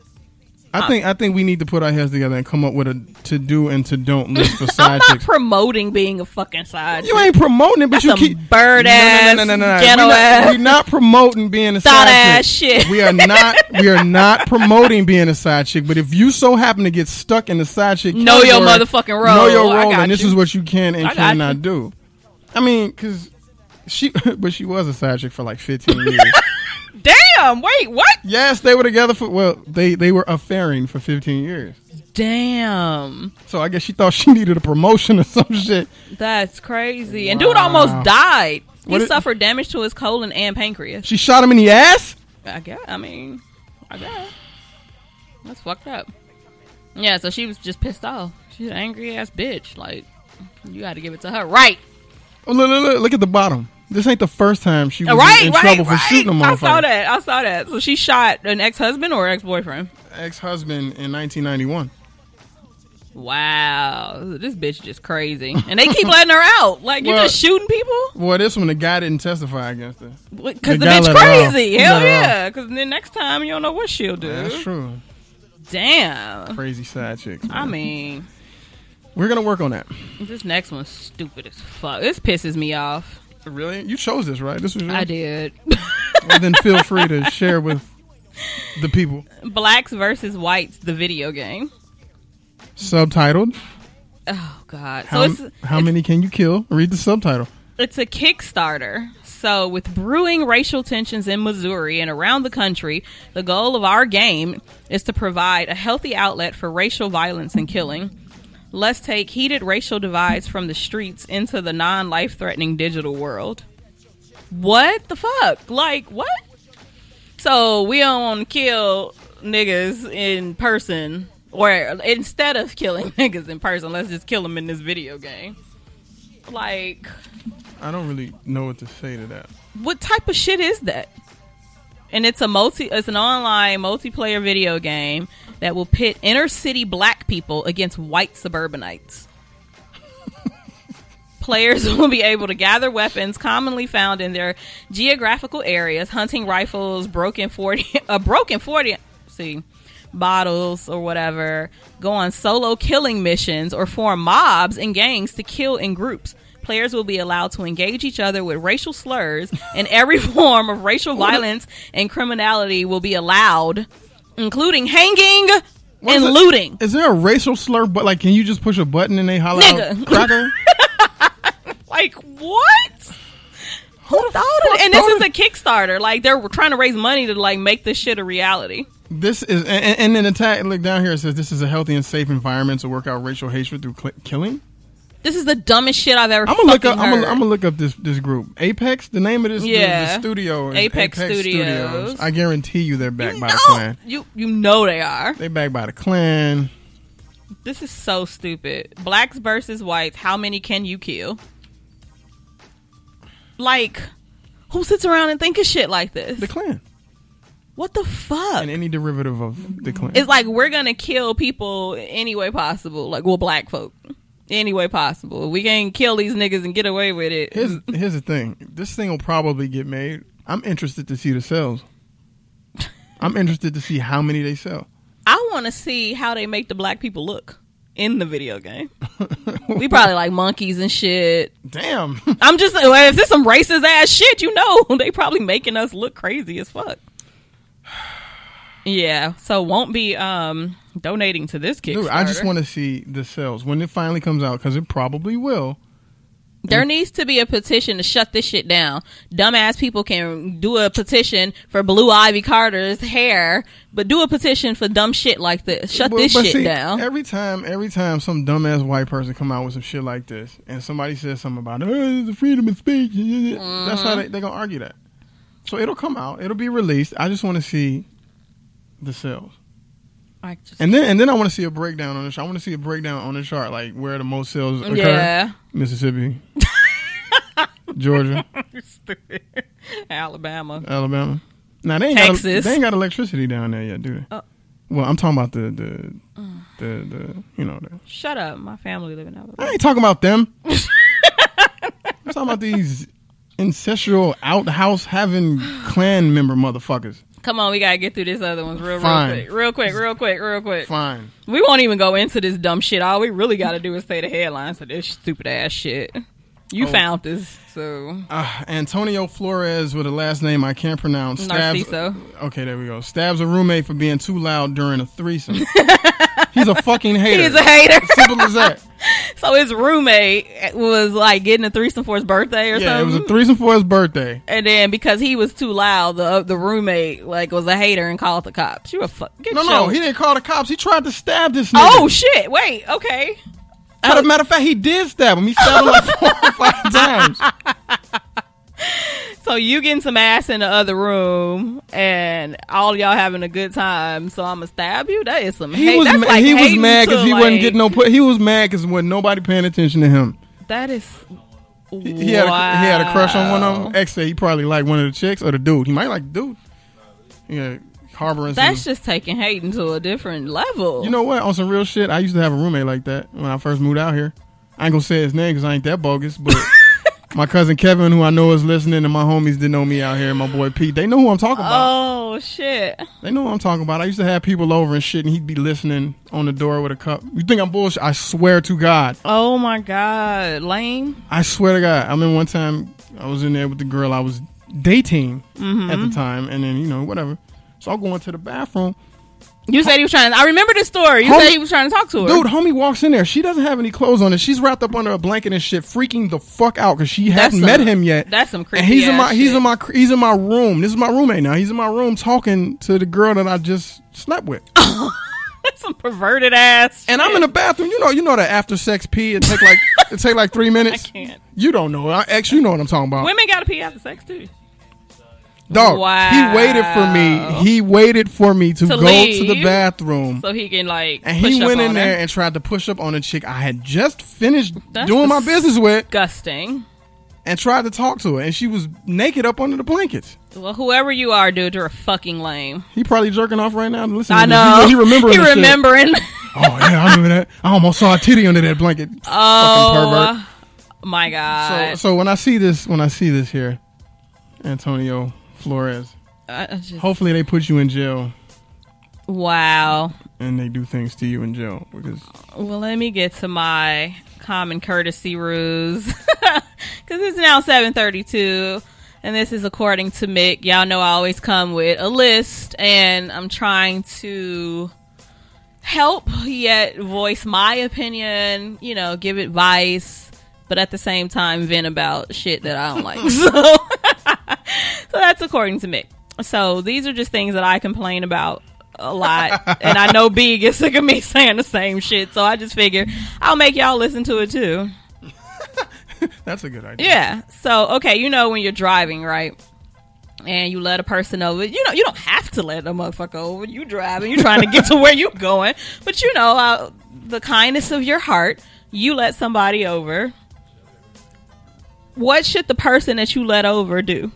S1: I think I think we need to put our heads together and come up with a to do and to don't list
S3: [laughs]
S1: for
S3: I'm
S1: side
S3: not
S1: chicks.
S3: promoting being a fucking side chick.
S1: You ain't promoting it, but
S3: That's
S1: you
S3: some
S1: keep
S3: bird ass, ghetto
S1: We're not,
S3: ass.
S1: We're not promoting being a
S3: Thought
S1: side
S3: ass
S1: chick.
S3: shit.
S1: We are not. We
S3: [laughs]
S1: are not promoting being a side chick. But if you so happen to get stuck in the side chick,
S3: Know your
S1: category,
S3: motherfucking
S1: Know
S3: role.
S1: your
S3: I
S1: role,
S3: got
S1: and this
S3: you.
S1: is what you can and
S3: I got
S1: cannot do. I mean, because she, [laughs] but she was a side chick for like 15
S3: [laughs]
S1: years.
S3: Damn. Wait. What?
S1: yes, they were together for, well, they, they were affairing for 15 years.
S3: Damn.
S1: So I guess she thought she [laughs] needed a promotion or some shit.
S3: That's crazy. And dude almost died. He
S1: What it-
S3: suffered damage to his colon and pancreas.
S1: She shot him in the ass?
S3: I guess. I mean, I guess. That's fucked up. Yeah. So she was just pissed off. She's an angry ass bitch. Like, you got to give it to her, right?
S1: Oh, look, look, look, look at the bottom. This ain't the first time she was in-
S3: right,
S1: in
S3: right,
S1: trouble
S3: right.
S1: for shooting a motherfucker.
S3: I saw that. I saw that. So she shot an ex husband or ex boyfriend.
S1: Ex-husband in 1991.
S3: Wow, this bitch just crazy, and they keep [laughs] letting her out. Like you're
S1: Well-
S3: just shooting people
S1: Boy, this one, the guy didn't testify against her.
S3: because
S1: The
S3: the
S1: guy
S3: bitch
S1: let her out.
S3: crazy. Hell
S1: Let her
S3: yeah! Because then next time you don't know what she'll do.
S1: That's true.
S3: Damn.
S1: Crazy side chicks. man.
S3: I mean,
S1: We're going to work on that.
S3: this next one's stupid as fuck. This pisses me off.
S1: Really? You chose this, right? This was
S3: I
S1: yours?
S3: did. [laughs]
S1: Well, then feel free to share with the people.
S3: Blacks versus whites, the video game.
S1: Subtitled.
S3: Oh God.
S1: How,
S3: so it's
S1: how many can you kill? Read the subtitle.
S3: It's a Kickstarter. So, with brewing racial tensions in Missouri and around the country, the goal of our game is to provide a healthy outlet for racial violence and killing. Let's take heated racial divides from the streets into the non life threatening digital world. What the fuck? Like, what? So, we don't want to kill niggas in person, or instead of killing [laughs] niggas in person, let's just kill them in this video game. Like,
S1: I don't really know what to say to that.
S3: what type of shit is that? And it's a multi it's an online multiplayer video game that will pit inner city black people against white suburbanites. Players [laughs] will be able to gather weapons commonly found in their geographical areas, hunting rifles, broken 40 [laughs] a broken 40 see bottles or whatever, go on solo killing missions or form mobs and gangs to kill in groups. Players will be allowed to engage each other with racial slurs, and every [laughs] form of racial violence and criminality will be allowed, including hanging
S1: What is
S3: and
S1: it?
S3: looting.
S1: Is there a racial slur? But like, can you just push a button and they holler
S3: Nigga.
S1: out
S3: [laughs]
S1: cracker?
S3: Like what? Who thought of And this is a Kickstarter. Like they're trying to raise money to like make this shit a reality.
S1: this is and, and and then the tag look down here it says this is a healthy and safe environment to work out racial hatred through cl- killing.
S3: This is the dumbest shit I've ever.
S1: I'm gonna look up.
S3: fucking
S1: I'm gonna,
S3: heard.
S1: I'm gonna look up this this group. Apex. The name of this
S3: Yeah.
S1: this studio is
S3: Apex Studios.
S1: I guarantee you they're backed
S3: You
S1: by
S3: know-
S1: the clan.
S3: You you know they are.
S1: They backed by the clan.
S3: This is so stupid. Blacks versus whites. How many can you kill? Like, who sits around and think of shit like this?
S1: The clan
S3: What the fuck?
S1: and any derivative of the clan.
S3: It's like we're gonna kill people any way possible. Like, well, black folk, any way possible. We can kill these niggas and get away with it.
S1: here's here's the thing. This thing will probably get made. I'm interested to see the sales. I'm interested to see how many they sell.
S3: I want to see how they make the black people look in the
S1: [laughs]
S3: video game. we probably like monkeys and shit.
S1: Damn. [laughs]
S3: I'm just if this some racist ass shit, you know, [laughs] they probably making us look crazy as fuck. Yeah, so won't be um donating to this Kickstarter.
S1: Dude, I just want to see the sales when it finally comes out because it probably will.
S3: there needs to be a petition to shut this shit down. Dumbass people can do a petition for Blue Ivy Carter's hair, but do a petition for dumb shit like this. Shut
S1: But-
S3: this
S1: but
S3: shit
S1: see,
S3: down.
S1: Every time, every time some dumbass white person come out with some shit like this, and somebody says something about oh, the freedom of speech, that's
S3: Mm-hmm.
S1: how they, they're gonna argue that. So it'll come out, it'll be released. I just want to see the sales,
S3: I just-
S1: and then and then I want to see a breakdown on the chart. I want to see a breakdown on the chart, like where the most sales occur.
S3: yeah, [laughs]
S1: Mississippi, Georgia,
S3: [laughs] Alabama.
S1: Alabama. Now they ain't Got,
S3: Texas.
S1: they ain't got electricity down there yet, do they?
S3: Oh.
S1: Well, I'm talking about the the
S3: Mm.
S1: the, the you know the.
S3: Shut up, my family live in
S1: I
S3: Alabama.
S1: ain't talking about them. [laughs] I'm talking about these ancestral outhouse having clan member motherfuckers.
S3: Come on, we gotta get through this other ones real,
S1: Fine.
S3: real quick, real quick, real quick, real quick.
S1: Fine.
S3: We won't even go into this dumb shit. All we really got to do is say the headlines of this stupid ass shit. You
S1: Oh.
S3: found this, so
S1: Uh, Antonio Flores with a last name I can't pronounce.
S3: Narciso.
S1: Okay, there we go. Stabs a roommate for being too loud during a threesome. [laughs] He's a fucking hater.
S3: he's a hater. [laughs]
S1: Simple as that.
S3: so his roommate was like getting a threesome for his birthday or
S1: Yeah, it was
S3: something.
S1: a threesome for his birthday.
S3: and then because he was too loud, the uh, the roommate like was a hater and called the cops. You a fuck. Get
S1: No, no,
S3: your-
S1: he didn't call the cops. He tried to stab this nigga.
S3: oh shit! Wait. Okay.
S1: As a matter of fact, he did stab him. He stabbed him like four or
S3: [laughs]
S1: five times.
S3: So you getting some ass in the other room, and all y'all having a good time. So I'm gonna stab you. That is some.
S1: He
S3: hate.
S1: was
S3: That's
S1: ma-
S3: like
S1: he was
S3: hating
S1: mad because
S3: to,
S1: he
S3: like-
S1: wasn't getting no. Put- he was mad because wasn't nobody paying attention to him.
S3: That is.
S1: He had a, he had a crush on one of them. X said he probably liked one of the chicks or the dude. He might like the dude. Yeah, harboring.
S3: That's
S1: some,
S3: just taking hating to a different level.
S1: you know what? On some real shit, I used to have a roommate like that when I first moved out here. I ain't gonna say his name because I ain't that bogus,
S3: [laughs]
S1: but. My cousin Kevin, who I know is listening, and my homies that know me out here, and my boy Pete, they know who I'm talking about.
S3: Oh shit!
S1: They know what I'm talking about. I used to have people over and shit, and he'd be listening on the door with a cup. You think I'm bullshit? I swear to God.
S3: Oh my god! Lame.
S1: I swear to God. I remember one time I was in there with the girl I was dating at
S3: Mm-hmm.
S1: the time, and then, you know, whatever. So I go into the bathroom.
S3: You said he was trying. I remember this story. You
S1: Homie-
S3: said he was trying to talk to her.
S1: Dude, homie walks in there. She doesn't have any clothes on, and she's wrapped up under a blanket and shit, freaking the fuck out because she
S3: That's
S1: hadn't
S3: some-
S1: met him yet.
S3: that's some
S1: And he's in
S3: creepy
S1: my
S3: ass
S1: he's
S3: shit.
S1: in my cr- he's in my room. This is my roommate now. He's in my room talking to the girl that I just slept
S3: [laughs]
S1: with.
S3: [laughs] some perverted ass.
S1: And I'm in the bathroom. You know, you know that after sex pee it take like it take like three minutes.
S3: [laughs] I can't.
S1: You don't know. I ex, you know what I'm talking about.
S3: Women gotta pee after sex too.
S1: Dog.
S3: Wow.
S1: He waited for me. He waited for me to,
S3: To
S1: go to the
S3: leave?
S1: bathroom.
S3: So he can like.
S1: and
S3: push
S1: he
S3: up
S1: went
S3: on
S1: in there
S3: her.
S1: and tried to push up on a chick I had just finished
S3: That's
S1: doing my
S3: dis-
S1: business with
S3: Disgusting.
S1: and tried to talk to her. And she was naked up under the blankets.
S3: Well, whoever you are, dude, you're a fucking lame.
S1: He probably jerking off right now. and listening
S3: I
S1: to
S3: know.
S1: This. He, he remembering.
S3: [laughs] He
S1: this shit.
S3: remembering.
S1: Oh yeah, I remember that. I almost saw a titty under that blanket. Fucking pervert.
S3: oh my
S1: So,
S3: god.
S1: so when I see this, when I see this here, Antonio Flores.
S3: I- I just-
S1: Hopefully they put you in jail
S3: wow.
S1: and they do things to you in jail because
S3: Well, let me get to my common courtesy ruse [laughs] because it's now seven thirty-two, and this is according to Mick. Y'all know I always come with a list, and I'm trying to help yet voice my opinion. You know, give advice, but at the same time vent about shit that I don't like. [laughs] So. So that's according to Mick. So these are just things that I complain about a lot, [laughs] and I know B gets sick of me [laughs] saying the same shit. So I just figure I'll make y'all listen to it too.
S1: that's a good idea.
S3: Yeah. So okay, you know when you're driving, right? And you let a person over. You know you don't have to let a motherfucker over. You driving. You're trying to get [laughs] to where you're going. But you know uh, the kindness of your heart. You let somebody over. What should the person that you let over do?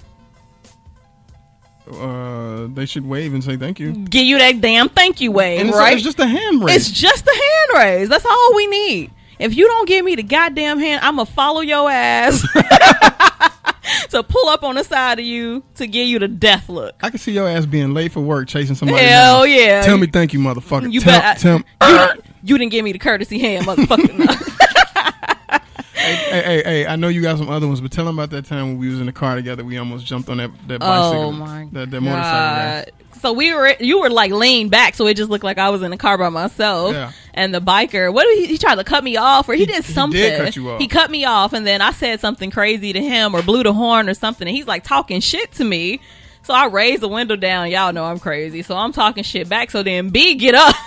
S1: Uh, they should wave and say thank you. And
S3: Give you that damn thank you wave,
S1: it's,
S3: right?
S1: it's just a hand raise.
S3: It's just a hand raise. That's all we need. If you don't give me the goddamn hand, I'm gonna follow your ass [laughs] to pull up on the side of you to give you the death look.
S1: I can see your ass being late for work chasing somebody.
S3: Hell
S1: down.
S3: yeah.
S1: Tell me thank you, motherfucker.
S3: You
S1: tell,
S3: bet-
S1: tell,
S3: You, you didn't give me the courtesy
S1: [laughs]
S3: hand, motherfucker.
S1: hey, hey, hey, I know you got some other ones, but tell them about that time when we was in the car together. We almost jumped on that, that bicycle.
S3: oh my
S1: that,
S3: god.
S1: that motorcycle. guy.
S3: Uh, So we were, you were like leaned back, so it just looked like I was in the car by myself.
S1: Yeah.
S3: And the biker, what did he, he tried to cut me off, or he, did something.
S1: cut you off.
S3: He cut me off, and then I said something crazy to him, or blew the horn, or something. And he's like talking shit to me. So I raised the window down. Y'all know I'm crazy, so I'm talking shit back. So then B get up. [laughs]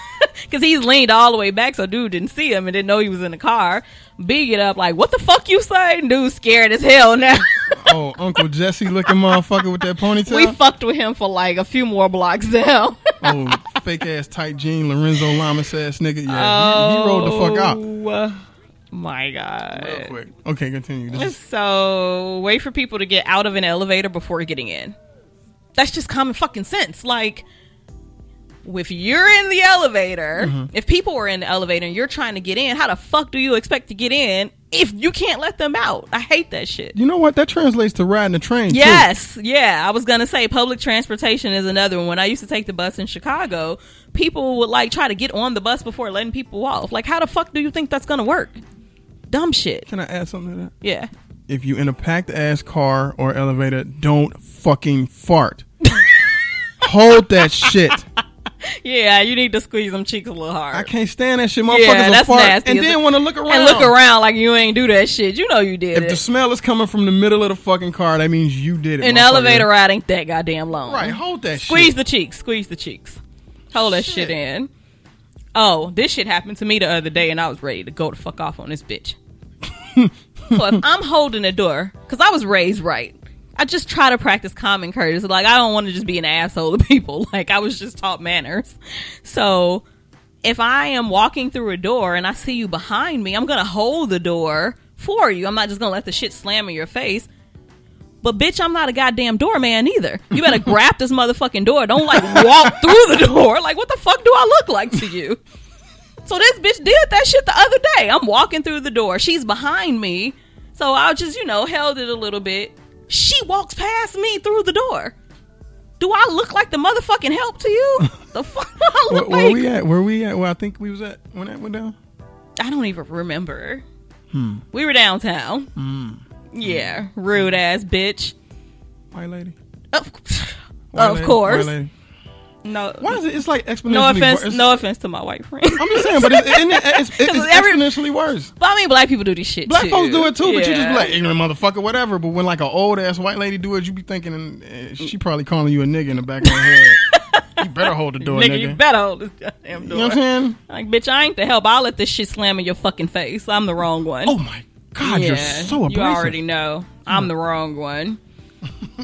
S3: Cause he's leaned all the way back, so dude didn't see him and didn't know he was in the car. B get up like, "What the fuck you say?" And Dude scared as hell [laughs] now.
S1: Oh, Uncle Jesse looking motherfucker with that ponytail.
S3: [laughs] we fucked with him for like a few more blocks [laughs] down.
S1: oh, fake ass tight jean, Lorenzo Lamas ass nigga. Yeah, he, he rolled the fuck out.
S3: Oh, My
S1: Real
S3: God.
S1: quick. Okay, continue. This is-
S3: So wait for people to get out of an elevator before getting in. That's just common fucking sense. Like, if you're in the elevator, if people are in the elevator and you're trying to get in, how the fuck do you expect to get in if you can't let them out? I hate that shit.
S1: you know what? That translates to riding the train. too.
S3: Yes, yeah. I was gonna say public transportation is another one. When I used to take the bus in Chicago, people would like try to get on the bus before letting people off. Like, how the fuck do you think that's gonna work? Dumb shit.
S1: Can I add something to that?
S3: Yeah.
S1: If you in a packed ass car or
S3: [laughs]
S1: elevator, don't fucking fart. Hold that shit.
S3: yeah, you need to squeeze them cheeks a little hard.
S1: I can't stand that shit. Motherfuckers
S3: Yeah,
S1: will
S3: that's
S1: fart
S3: nasty.
S1: and
S3: It's
S1: then
S3: a-
S1: want to look around.
S3: and look around like you ain't do that shit. You know you did
S1: If the
S3: it.
S1: smell is coming from the middle of the fucking car, that means you did it.
S3: An
S1: motherfucker.
S3: elevator ride ain't that goddamn long.
S1: Right, hold that
S3: Squeeze
S1: shit.
S3: the cheeks. Squeeze the cheeks. Hold that shit
S1: Shit.
S3: in. Oh, this shit happened to me the other day, and I was ready to go to fuck off on this
S1: [laughs]
S3: bitch. so if I'm holding the door, because I was raised right, I just try to practice common courtesy. Like I don't want to just be an asshole to people. [laughs] Like I was just taught manners. So if I am walking through a door and I see you behind me, I'm gonna hold the door for you. I'm not just gonna let the shit slam in your face. But bitch, I'm not a goddamn doorman either. You better grab this motherfucking door. Don't like walk through the door. Like what the fuck do I look like to you? So this bitch did that shit the other day. I'm walking through the door. She's behind me. So I just, you know, held it a little bit. She walks past me through the door. Do I look like the motherfucking help to you? The fuck do I
S1: Where,
S3: look
S1: where
S3: like?
S1: we at? Where we at? Where I think we was at when that went down.
S3: I don't even remember. We were downtown. Yeah, rude ass bitch.
S1: White lady.
S3: Of,
S1: White
S3: Oh, of
S1: lady.
S3: course.
S1: White lady.
S3: No,
S1: Why is it? It's like exponentially.
S3: no offense.
S1: Worse.
S3: No offense to my white friend.
S1: I'm just saying, but it's, isn't it, it's, it's, it's
S3: [laughs] 'Cause every-
S1: exponentially worse.
S3: [laughs] but I mean, black people do this shit.
S1: Black
S3: too.
S1: folks do it too, but you just
S3: Yeah.
S1: be like ignorant motherfucker, whatever. But when like an old ass white lady do it, you be thinking eh, she probably calling you a nigga in the back of her
S3: [laughs]
S1: head. you better hold the door,
S3: Nigga,
S1: nigga.
S3: you better hold this goddamn
S1: you
S3: door.
S1: know what I'm saying?
S3: like, bitch, I ain't the help. I'll let this shit slam in your fucking face. I'm the wrong one.
S1: Oh my god, you're so abrasive.
S3: You already know I'm the
S1: [laughs]
S3: wrong one.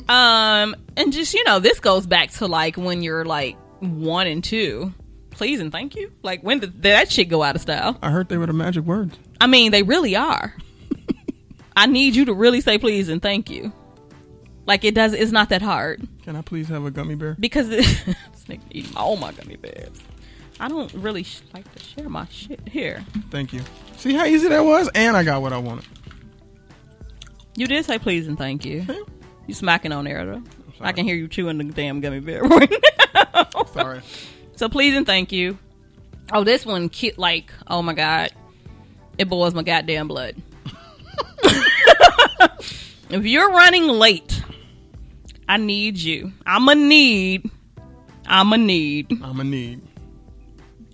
S3: um, and just you know, this goes back to like when you're like one and two. Please and thank you. Like when did that shit go out of style?
S1: I heard they were the magic words.
S3: I mean, they
S1: [laughs]
S3: really are. I need you to really say please and thank you. Like it does. It's not that hard
S1: Can I please have a gummy bear?
S3: because [laughs] this nigga eating all my gummy bears. I don't really sh- like to share my shit here.
S1: Thank you. See how easy that was, and I got what I wanted.
S3: You did say please and thank you.
S1: Okay.
S3: You smacking on there though.
S1: sorry.
S3: I can hear you chewing the damn gummy bear [laughs] right now. [laughs]
S1: Sorry.
S3: So please and thank you. Oh, this one, ki- like, oh my god, it boils my goddamn blood. [laughs] if you're running late, I need you. I'ma need, I'ma need
S1: I'ma need.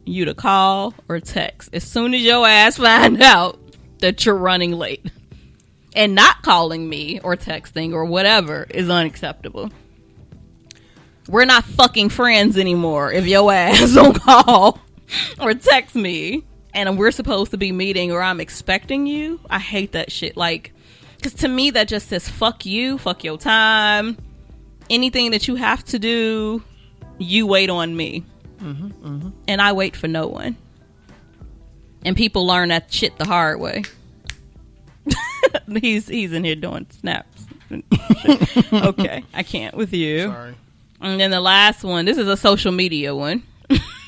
S3: you to call or text as soon as your ass find out that you're running late. And not calling me or texting or whatever is unacceptable. We're not fucking friends anymore if your ass [laughs] don't call or text me and we're supposed to be meeting or I'm expecting you. I hate that shit. Like, because to me, that just says fuck you, fuck your time. Anything that you have to do, you wait on me and I wait for no one. And people learn that shit the hard way. [laughs] he's he's in here doing snaps. [laughs] okay, I can't with you.
S1: Sorry.
S3: And then the last one. This is a social media one.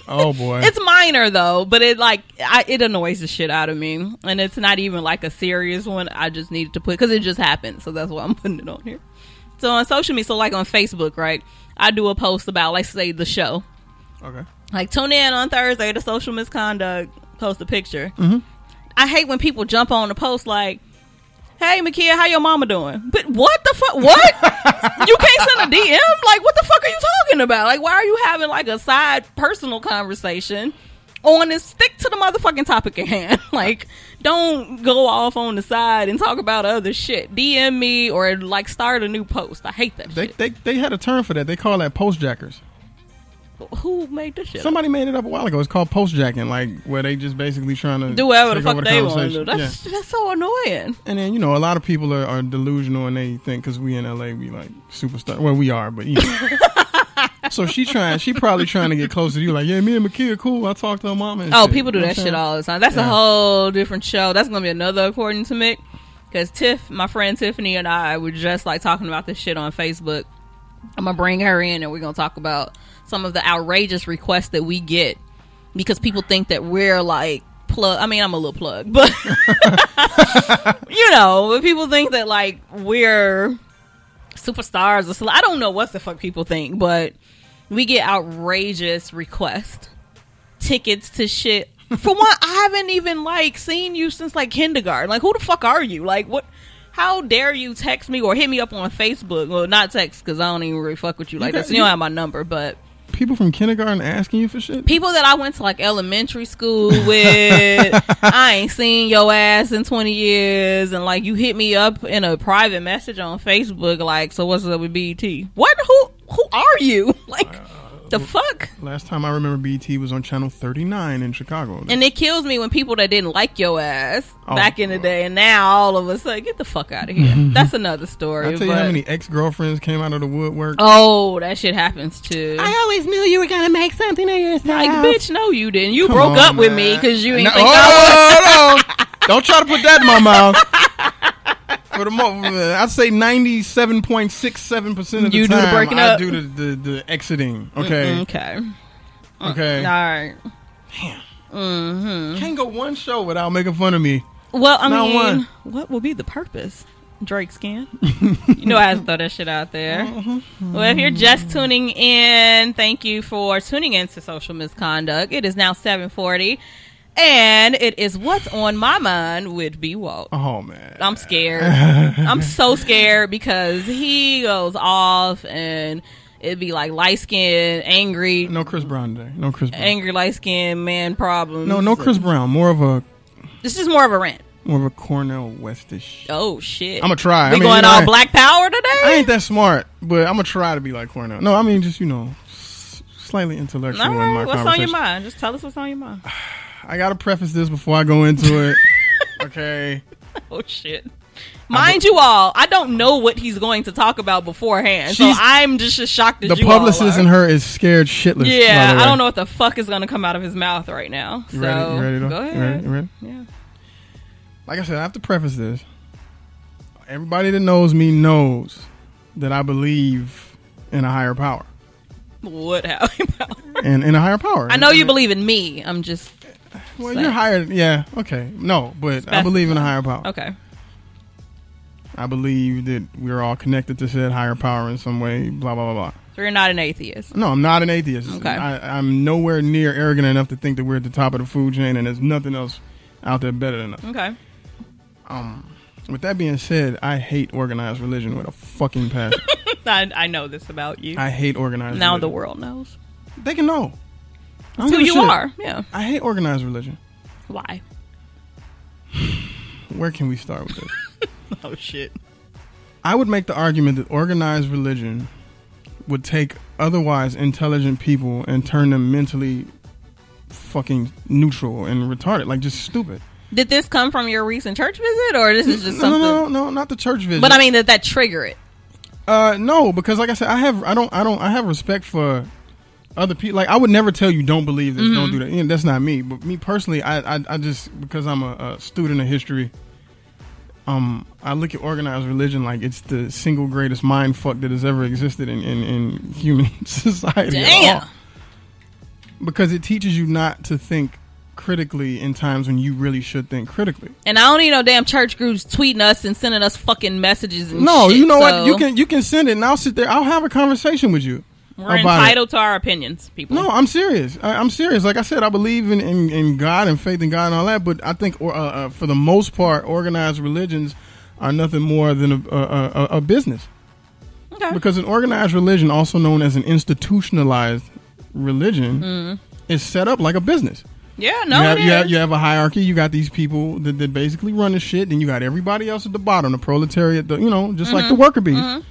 S1: Oh boy.
S3: It's minor though, but it like I, it annoys the shit out of me, and it's not even like a serious one. I just needed to put because it just happened, so that's why I'm [laughs] putting it on here. So on social media, so like on Facebook, right? I do a post about like say the show,
S1: okay.
S3: like tune in on Thursday to social misconduct. Post a picture.
S1: Mm-hmm.
S3: I hate when people jump on the post like, "Hey, Makia, how your mama doing?" But what the fuck?
S1: [laughs]
S3: What? you can't send a DM. Like, what the fuck are you talking about? Like, why are you having like a side personal conversation? On this, stick to the motherfucking topic at hand. [laughs] Like, don't go off on the side and talk about other shit. DM me or like start a new post. I hate that.
S1: They,
S3: shit.
S1: they they had a term for that. They call that postjackers.
S3: Who made this shit? up?
S1: Somebody made it up a while ago. It's called postjacking, like where they just basically trying to
S3: do whatever the
S1: take
S3: fuck
S1: over
S3: they want to
S1: conversation.
S3: do. That's that's so annoying.
S1: And then you know, a lot of people are, are delusional, and they think because we in LA, we like superstar. Well, we are, but you [laughs] know. so she trying, she probably trying to get close to you. Like, yeah, me and Makia cool. I talked to her mama. And
S3: Oh,
S1: shit.
S3: people do
S1: You know what
S3: that
S1: I'm
S3: shit
S1: saying?
S3: all the time. That's a
S1: Yeah.
S3: whole different show. That's gonna be another according to Mick. Because Tiff, my friend Tiffany, and I were just like talking about this shit on Facebook. I'm gonna bring her in and we're gonna talk about some of the outrageous requests that we get because people think that we're like plug. I mean, I'm a little plug, but [laughs] you know, but people think that like we're superstars or cele- I don't know what the fuck people think, but we get outrageous requests, tickets to shit. For one, I haven't even like seen you since like kindergarten. Like, who the fuck are you? Like, what? How dare you text me or hit me up on Facebook? Well, not text because I don't even really fuck with you like
S1: got-
S3: that. So you don't
S1: you-
S3: have my number, but
S1: people from kindergarten asking you for shit?
S3: People that I went to like elementary school [laughs] with, I ain't seen your ass in 20 years. And like, you hit me up in a private message on Facebook, like, so what's up with BET? What? Who Who are you? [laughs] Like,
S1: Uh,
S3: the fuck?
S1: Last time I remember BT was on channel 39 in Chicago.
S3: And it kills me when people that didn't like your ass
S1: Oh,
S3: back in the day, and now all of a sudden, get the fuck out of here. That's another story.
S1: I tell you how
S3: but-
S1: many ex girlfriends came out of the woodwork.
S3: Oh, that shit happens too.
S1: always knew you were gonna make something of yourself.
S3: like, bitch, no, you didn't. You
S1: Come
S3: broke
S1: on,
S3: up with me
S1: man.
S3: because you ain't
S1: No,
S3: think
S1: oh,
S3: I was.
S1: hold on. Don't try to put that in my mouth.
S3: [laughs]
S1: For the mo- uh, I'd say ninety-seven point six seven percent of the
S3: You do
S1: time
S3: the breaking
S1: I
S3: up.
S1: do the, the, the exiting. Okay,
S3: Okay.
S1: okay.
S3: All right.
S1: Can't go one show without making fun of me.
S3: Well, I
S1: Not
S3: mean,
S1: one.
S3: what will be the purpose? Drake skin. Mm-hmm. you know I had to throw that shit out there. Well, if you're just tuning in, thank you for tuning in to Social Misconduct. It is now 740, and it is What's On My Mind with B. Walt.
S1: Oh man,
S3: I'm scared. [laughs] I'm so scared because he goes off and it'd be like light skinned, angry,
S1: no Chris Brown today. No Chris Brown.
S3: angry light skinned man problems.
S1: No, no Chris Brown. More of a
S3: This is more of a rant.
S1: more of a Cornell Westish.
S3: Oh shit.
S1: I'ma try. I
S3: We
S1: mean, you
S3: going
S1: know,
S3: all
S1: I-
S3: black power today?
S1: I ain't that smart, but I'm gonna try to be like Cornell. No, I mean just you know, s- slightly intellectual
S3: all
S1: in my
S3: right, what's on your
S1: conversation.
S3: mind? Just tell us what's on
S1: [laughs]
S3: your mind.
S1: I gotta preface this before I go into
S3: [laughs]
S1: it. okay.
S3: Oh shit. Mind you all, I don't know what he's going to talk about beforehand, so
S1: She's-
S3: I'm just as shocked as
S1: The
S3: you
S1: publicist
S3: all are.
S1: in her is scared shitless. by
S3: Yeah,
S1: the way.
S3: I don't know what the fuck is going to come out of his mouth right now. So
S1: You ready? you ready though?
S3: go ahead.
S1: You ready? You ready?
S3: Yeah.
S1: Like I said, I have to preface this. Everybody that knows me knows that I believe in a higher
S3: [laughs]
S1: power.
S3: What [laughs] happened?
S1: And in a higher power.
S3: I know you believe in me. I'm just
S1: Well,
S3: Say.
S1: you're higher. Yeah. Okay. No, but I believe in a higher power.
S3: okay.
S1: I believe that we're all connected to said higher power in some way. Blah blah blah blah.
S3: So you're not an atheist.
S1: No, I'm not an atheist.
S3: Okay.
S1: I, I'm nowhere near arrogant enough to think that we're at the top of the food chain and there's nothing else out there better than us.
S3: Okay. [laughs]
S1: With that being said, I hate organized religion with a fucking
S3: [laughs]
S1: passion.
S3: I, I know this about you.
S1: I hate organized.
S3: now
S1: religion.
S3: the world knows
S1: They can know. I don't
S3: who
S1: give a
S3: you
S1: shit.
S3: are. Yeah.
S1: I hate organized religion.
S3: Why? [laughs]
S1: Where can we start with this?
S3: Oh shit.
S1: I would make the argument that organized religion would take otherwise intelligent people and turn them mentally fucking neutral and retarded, like just stupid.
S3: Did this come from your recent church visit, or this is just
S1: No, no,
S3: something?
S1: no, no, not the church vision.
S3: But I mean, did that trigger it?
S1: Uh, no, because like I said, I have I don't I don't I have respect for other people. Like I would never tell you don't believe this,
S3: Mm-hmm.
S1: don't do that. You know, that's not me. But me personally, I I, I just because I'm a, a student of history. Um, I look at organized religion like it's the single greatest mind fuck that has ever existed in, in, in human [laughs] society. at
S3: Damn.
S1: all. Because it teaches you not to think critically in times when you really should think critically.
S3: And I don't need no damn church groups tweeting us and sending us fucking messages. And
S1: No,
S3: shit,
S1: you know
S3: so
S1: what? You can you can send it, and I'll sit there. I'll have a conversation with you.
S3: We're
S1: about it.
S3: entitled to our opinions, people.
S1: No, I'm serious. I, I'm serious. Like I said, I believe in, in, in God and faith in God and all that. But I think, or, uh, uh, for the most part, organized religions are nothing more than a, a, a, a business.
S3: okay.
S1: Because an organized religion, also known as an institutionalized religion,
S3: Mm-hmm.
S1: is set up like a business.
S3: yeah. No.
S1: you, have,
S3: it
S1: you, have,
S3: is.
S1: you have a hierarchy. You got these people that, that basically run the shit. Then you got everybody else at the bottom, the proletariat, the, you know, just like the
S3: Mm-hmm.
S1: worker bees.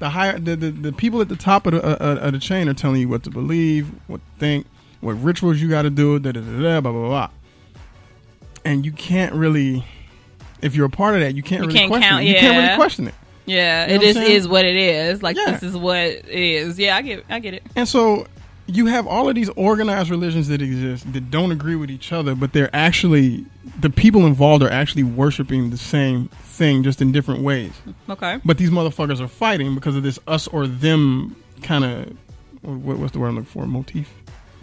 S1: The higher the, the, the people at the top of the, uh, uh, of the chain are telling you what to believe, what to think, what rituals you got to do, da da da da, blah blah blah. And you can't really, if you're a part of that, you can't
S3: You
S1: really
S3: can't
S1: question
S3: count-
S1: it. You can't
S3: yeah.
S1: really question it.
S3: Yeah.
S1: You know
S3: It
S1: what
S3: is
S1: I'm saying?
S3: is what it is. Like
S1: Yeah.
S3: this is what it is. Yeah. I get. I get it.
S1: And so you have all of these organized religions that exist that don't agree with each other, but they're actually the people involved are actually worshiping the same thing just in different ways.
S3: Okay.
S1: But these motherfuckers are fighting because of this us or them kind of what, what's the word I'm looking for motif,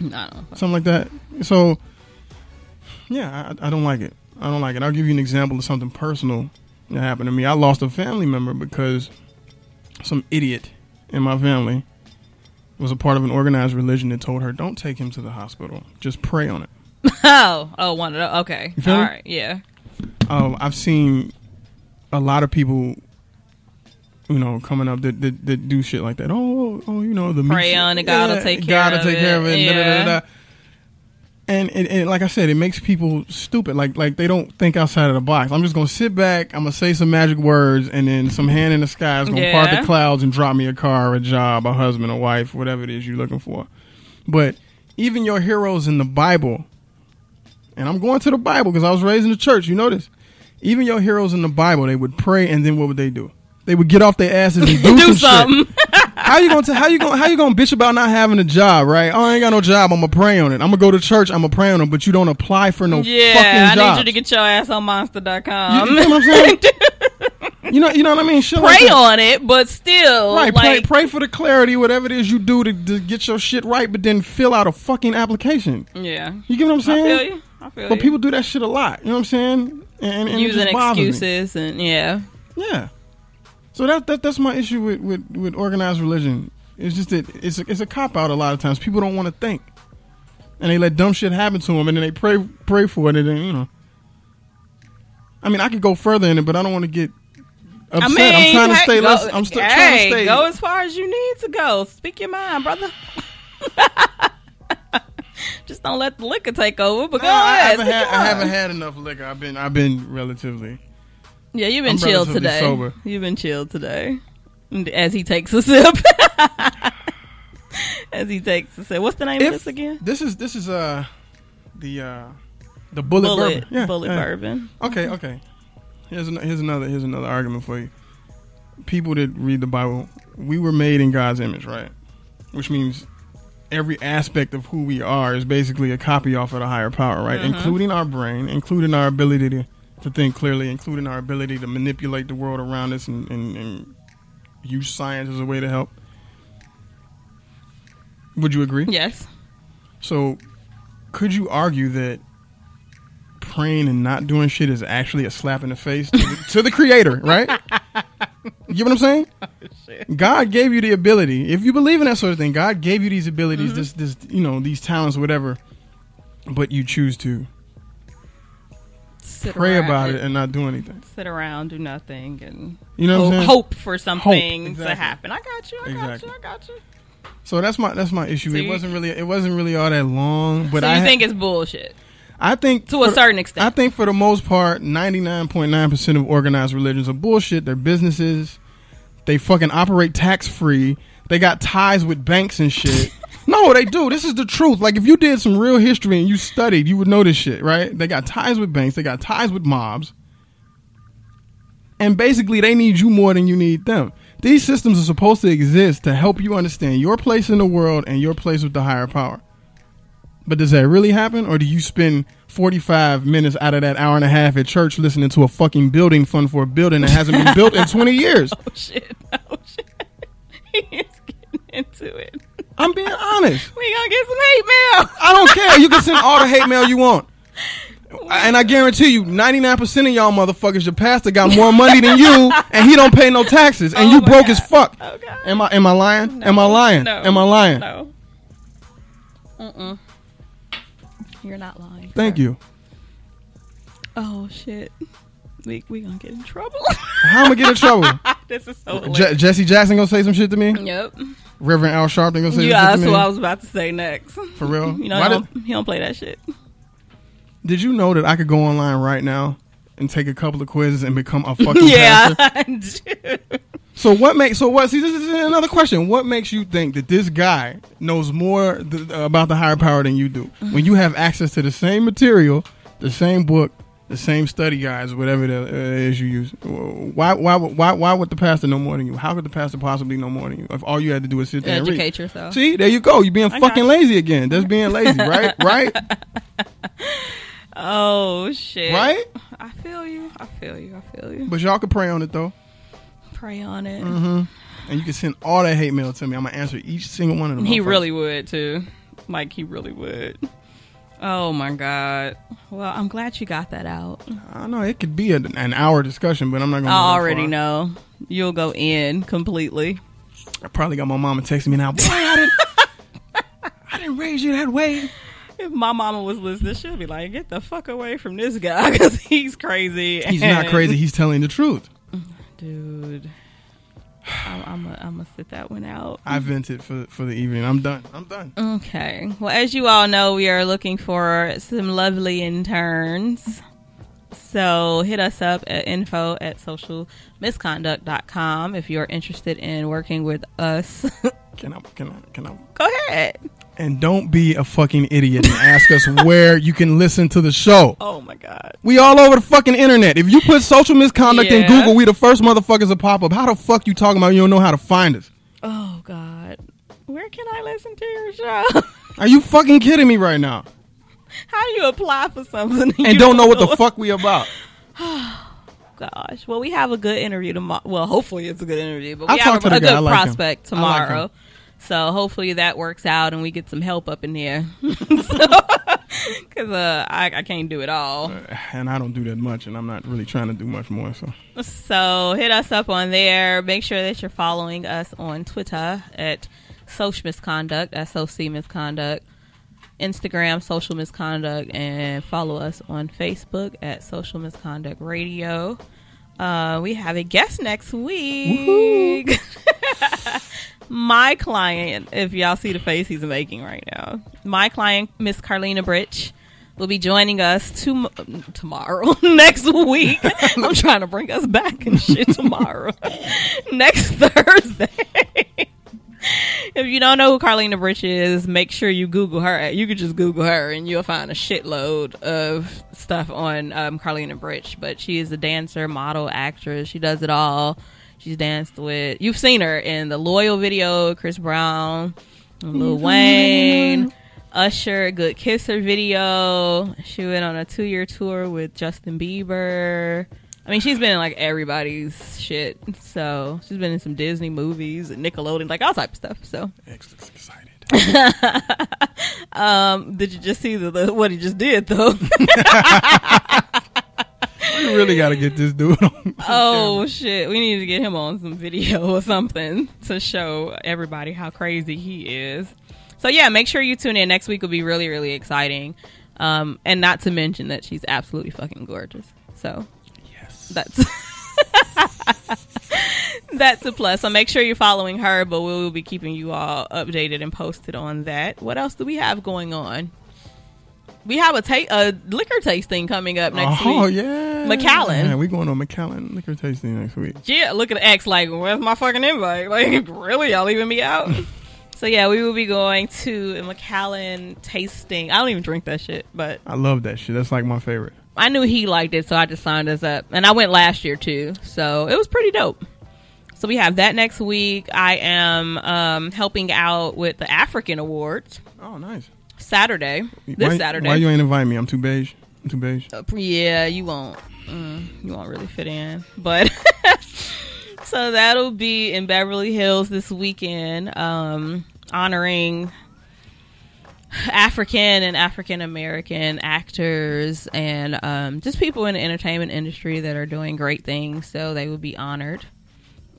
S3: I don't know.
S1: something like that. So yeah, I, I don't like it. I don't like it. I'll give you an example of something personal that happened to me. I lost a family member because some idiot in my family was a part of an organized religion that told her, "Don't take him to the hospital. Just pray on it."
S3: Oh. [laughs] Oh. One of the. Okay.
S1: feel
S3: All
S1: me?
S3: right. Yeah.
S1: Um, I've seen a lot of people you know, coming up that, that, that do shit like that. Oh, oh, you know, the
S3: Pray
S1: meat-
S3: on it, God'll take care
S1: God'll
S3: of
S1: take care of
S3: it.
S1: it. and
S3: Yeah.
S1: da-da-da-da-da. And it, it, like I said, it makes people stupid. Like, like they don't think outside of the box. I'm just gonna sit back. I'm gonna say some magic words, and then some hand in the sky is gonna part
S3: Yeah.
S1: the clouds and drop me a car, a job, a husband, a wife, whatever it is you're looking for. But even your heroes in the Bible, and I'm going to the Bible because I was raised in the church. You notice, even your heroes in the Bible, they would pray, and then what would they do? They would get off their asses
S3: [laughs]
S1: and do,
S3: Do
S1: some shit.
S3: something.
S1: [laughs] How you gonna t- how you gonna how you gonna bitch about not having a job, right? Oh, I ain't got no job. I'm gonna pray on it. I'm gonna go to church. I'm gonna pray on it. But you don't apply for no
S3: yeah, I
S1: fucking job.
S3: need you to get your ass on monster.com. [laughs]
S1: you, know what I'm saying? you know, you know what I mean. Shit like
S3: pray
S1: that.
S3: on it, but still,
S1: Right,
S3: like,
S1: pray, pray for the clarity, whatever it is you do to, to get your shit right, but then fill out a fucking application.
S3: yeah.
S1: You get what I'm
S3: I
S1: saying?
S3: feel you. I feel
S1: But
S3: you.
S1: people do that shit a lot. You know what I'm saying? And, and, and it
S3: using
S1: just bothers me.
S3: excuses and yeah.
S1: Yeah. So that, that that's my issue with, with, with organized religion. It's just that it's a, it's a cop out a lot of times. People don't want to think, and they let dumb shit happen to them, and then they pray pray for it, and then you know. I mean, I could go further in it, but I don't want to get upset.
S3: I mean,
S1: am trying to
S3: hey,
S1: stay.
S3: go-
S1: less, I'm st- trying
S3: hey,
S1: to stay.
S3: Go as far as you need to go. Speak your mind, brother. [laughs] Just don't let the liquor take over. But go
S1: No, I,
S3: ahead.
S1: haven't
S3: speak
S1: had,
S3: your
S1: I haven't
S3: mind.
S1: had enough liquor. I've been I've been relatively.
S3: Yeah, you've been
S1: I'm
S3: chilled
S1: relatively
S3: today.
S1: sober.
S3: You've been chilled today. And As he takes a sip. [laughs] As he takes a sip. What's the name of this again?
S1: This is this is uh the uh the bullet
S3: Bullet,
S1: bourbon. Yeah,
S3: bullet
S1: yeah.
S3: bourbon. Mm-hmm.
S1: Okay, okay. Here's an, here's another here's another argument for you. People that read the Bible, we were made in God's image, right? Which means every aspect of who we are is basically a copy off of the higher power, right?
S3: Mm-hmm.
S1: Including our brain, including our ability to, to think clearly, including our ability to manipulate the world around us and, and, and use science as a way to help. Would you agree?
S3: Yes.
S1: So, could you argue that praying and not doing shit is actually a slap in the face to the, to the creator, right? You get what I'm
S3: [laughs]
S1: saying? God gave you the ability. If you believe in that sort of thing, God gave you these abilities, this,
S3: Mm-hmm.
S1: this, you know, these talents, whatever. But you choose to
S3: Sit
S1: pray
S3: around,
S1: about it and not do anything.
S3: Sit around, do nothing, and
S1: You know what I'm
S3: ho-
S1: saying?
S3: hope for something to
S1: exactly.
S3: happen. I got you. I
S1: Exactly.
S3: got you. I got you.
S1: So that's my that's my issue.
S3: So
S1: it
S3: you-
S1: wasn't really it wasn't really all that long. But
S3: so
S1: I
S3: you
S1: ha-
S3: think it's bullshit? [laughs]
S1: I think
S3: To a
S1: for-
S3: certain extent.
S1: I think for the most part, ninety nine point nine percent of organized religions are bullshit. They're businesses. They fucking operate tax free. They got ties with banks and
S3: [laughs]
S1: shit. no, they do. This is the truth. Like if you did some real history and you studied, you would know this shit, right? They got ties with banks. They got ties with mobs. And basically, they need you more than you need them. These systems are supposed to exist to help you understand your place in the world and your place with the higher power. But does that really happen? Or do you spend 45 minutes out of that hour and a half at church listening to a fucking building fund for a building that hasn't been built in 20 years?
S3: Oh shit! Oh shit! [laughs] he is getting into it. [laughs]
S1: I'm being honest.
S3: We gonna get some hate mail. [laughs]
S1: I don't care. You can send all the hate mail you want. And I guarantee you, 99% of y'all motherfuckers, your pastor got more money than you, and he don't pay no taxes, and
S3: Oh
S1: you
S3: my
S1: broke
S3: God.
S1: as fuck.
S3: Oh, God.
S1: Am I am I lying? am I
S3: No,
S1: lying?
S3: no,
S1: am I lying?
S3: No. Mm-mm. You're not lying.
S1: Thank you.
S3: Oh shit. We we gonna get in trouble. [laughs]
S1: How am I get in trouble?
S3: this is so
S1: Je-
S3: hilarious.
S1: Jesse Jackson gonna say some shit to me?
S3: Yep.
S1: Reverend Al Sharpton gonna say
S3: Yeah,
S1: some
S3: that's
S1: shit to
S3: what
S1: me?
S3: I was about to say next.
S1: For real?
S3: [laughs] You know,
S1: Why
S3: he
S1: did-
S3: don't, he don't play that shit.
S1: Did you know that I could go online right now and take a couple of quizzes and become
S3: [laughs]
S1: a fucking [laughs]
S3: Yeah.
S1: pastor? So what makes so what? See, this is another question. What makes you think that this guy knows more th- about the higher power than you do
S3: Mm-hmm.
S1: when you have access to the same material, the same book, the same study guides, whatever it is you use? Why why would- why why would the pastor know more than you? How could the pastor possibly know more than you if all you had to do is sit there and read?
S3: Educate yourself.
S1: See, there you go. You're being
S3: got
S1: fucking
S3: you.
S1: lazy again. That's being lazy,
S3: [laughs]
S1: right? Right?
S3: Oh shit.
S1: Right?
S3: I feel you. I feel you. I feel you.
S1: But y'all could pray on it though.
S3: Pray on it.
S1: and you can send all that hate mail to me. I'm gonna answer each single one of them.
S3: He
S1: motherfuckers.
S3: really would too. Like he really would. Oh my god. Well, I'm glad you got that out.
S1: I don't know it could be a, an hour discussion, but I'm not gonna. go
S3: I
S1: that
S3: already
S1: far.
S3: know you'll go in completely.
S1: I probably got my mama texting me now. Boy, I
S3: [laughs]
S1: didn't, I didn't raise you that way.
S3: If my mama was listening, she'd be like, "Get the fuck away from this guy [laughs] because he's crazy."
S1: He's not
S3: and-
S1: crazy. He's telling the truth.
S3: dude. [sighs] I'm, I'm gonna I'm gonna sit that one out.
S1: I vented for for the evening. I'm done. I'm done.
S3: Okay. Well, as you all know, we are looking for some lovely interns. So hit us up at info at socialmisconduct.com if you're interested in working with us. [laughs]
S1: Can I? Can I? Can I?
S3: Go ahead.
S1: And don't be a fucking idiot and ask
S3: [laughs]
S1: us where you can listen to the show.
S3: Oh my God.
S1: We all over the fucking internet. If you put social misconduct in
S3: Yeah.
S1: Google, we the first motherfuckers to pop up. How the fuck you talking about you don't know how to find us?
S3: Oh God. Where can I listen to your show? [laughs]
S1: Are you fucking kidding me right now?
S3: How do you apply for something [laughs]
S1: And don't know what the fuck we about.
S3: Gosh. Well, we have a good interview tomorrow. Well, hopefully it's a good interview, but
S1: I
S3: we have
S1: talked
S3: a,
S1: to the
S3: a
S1: guy. I
S3: good
S1: like him.
S3: prospect
S1: I like him.
S3: tomorrow. so hopefully that works out and we get some help up in [laughs] there. Because uh, I, I can't do it all.
S1: And I don't do that much, and I'm not really trying to do much more. So
S3: So hit us up on there. Make sure that you're following us on Twitter at Social Misconduct, SOC Misconduct, Instagram Social Misconduct, and follow us on Facebook at Social Misconduct Radio. Uh, we have a guest next week. my client, if y'all see the face he's making right now, my client, Miss Carlina Britch, will be joining us tom- tomorrow, [laughs] next week. I'm trying to bring us back and shit tomorrow, [laughs] next Thursday. [laughs] if you don't know who Carlina Britch is, make sure you Google her. You could just Google her and you'll find a shitload of stuff on um, Carlina Britch. But she is a dancer, model, actress. She does it all. She's danced with. You've seen her in the Loyal video, Chris Brown, Lil Wayne, Usher, Good Kisser video. She went on a two year tour with Justin Bieber. I mean, she's been in like everybody's shit. So she's been in some Disney movies and Nickelodeon, like all type of stuff. So
S1: extra
S3: [laughs]
S1: excited.
S3: Um, did you just see the, the what he just did though?
S1: You really got to get this dude on.
S3: oh shit, we need to get him on some video [laughs] or something to show everybody how crazy he is. So yeah, make sure you tune in. Next week will be really really exciting, um, and not to mention that she's absolutely fucking gorgeous. So
S1: Yes.
S3: that's. [laughs] That's a plus. So make sure you're following her, but we will be keeping you all updated and posted on that. What else do we have going on? We have a ta- a liquor tasting coming up [laughs] next
S1: oh
S3: week.
S1: yeah,
S3: McAllen.
S1: Yeah, we going on McAllen liquor tasting next week.
S3: yeah, look at X like, where's my fucking invite? [laughs] Like, really, y'all leaving me
S1: [laughs]
S3: out? so yeah, we will be going to a McAllen tasting. I don't even drink that shit, but
S1: I love that shit. That's like my favorite.
S3: I knew he liked it, so I just signed us up. And I went last year too, so it was pretty dope. So we have that next week. I am um, helping out with the African Awards
S1: Oh, nice.
S3: Saturday. This
S1: why,
S3: Saturday.
S1: Why you ain't invite me? I'm too beige. I'm too beige.
S3: Uh, yeah, you won't. Mm, you won't really fit in. But [laughs] so that'll be in Beverly Hills this weekend, um, honoring African and African American actors and um, just people in the entertainment industry that are doing great things. So they will be honored.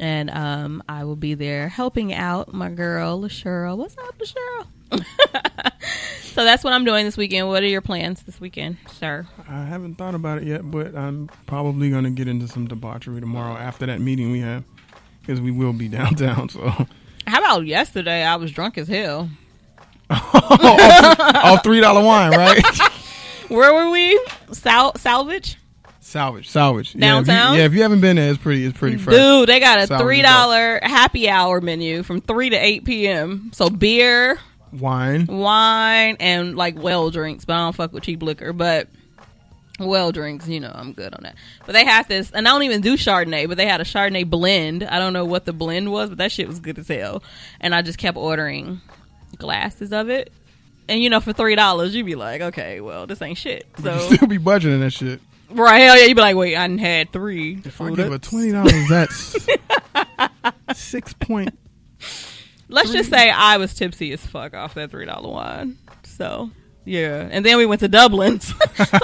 S3: And um, I will be there helping out my girl, LaShera. What's up, LaShera? [laughs] so that's what I'm doing this weekend. What are your plans this weekend, sir?
S1: I haven't thought about it yet, but I'm probably gonna get into some debauchery tomorrow after that meeting we have, because we will be [laughs] downtown. So
S3: How about yesterday? I was drunk as hell.
S1: all three dollar wine,
S3: [laughs]
S1: right?
S3: Where were we? Sal- salvage?
S1: salvage, salvage. Yeah if, you,
S3: Downtown?
S1: yeah, if you haven't been there, it's pretty. It's pretty fresh.
S3: Dude, they got a
S1: Salvage
S3: three dollar happy hour menu from three to eight p.m. So beer,
S1: Wine.
S3: wine, and like well drinks. But I don't fuck with cheap liquor. But well drinks, you know, I'm good on that. But they have this, and I don't even do Chardonnay. But they had a Chardonnay blend. I don't know what the blend was, but that shit was good as hell. And I just kept ordering glasses of it. And you know, for three dollars, you'd be like, okay, well, this ain't shit.
S1: [laughs]
S3: So
S1: You still be budgeting that shit.
S3: Right, hell yeah. You'd be like, wait, I done had three.
S1: If I give a twenty dollars, that's six
S3: [laughs]
S1: point.
S3: Let's just say I was tipsy as fuck off that three dollar wine. So yeah, and then we went to Dublin. [laughs] so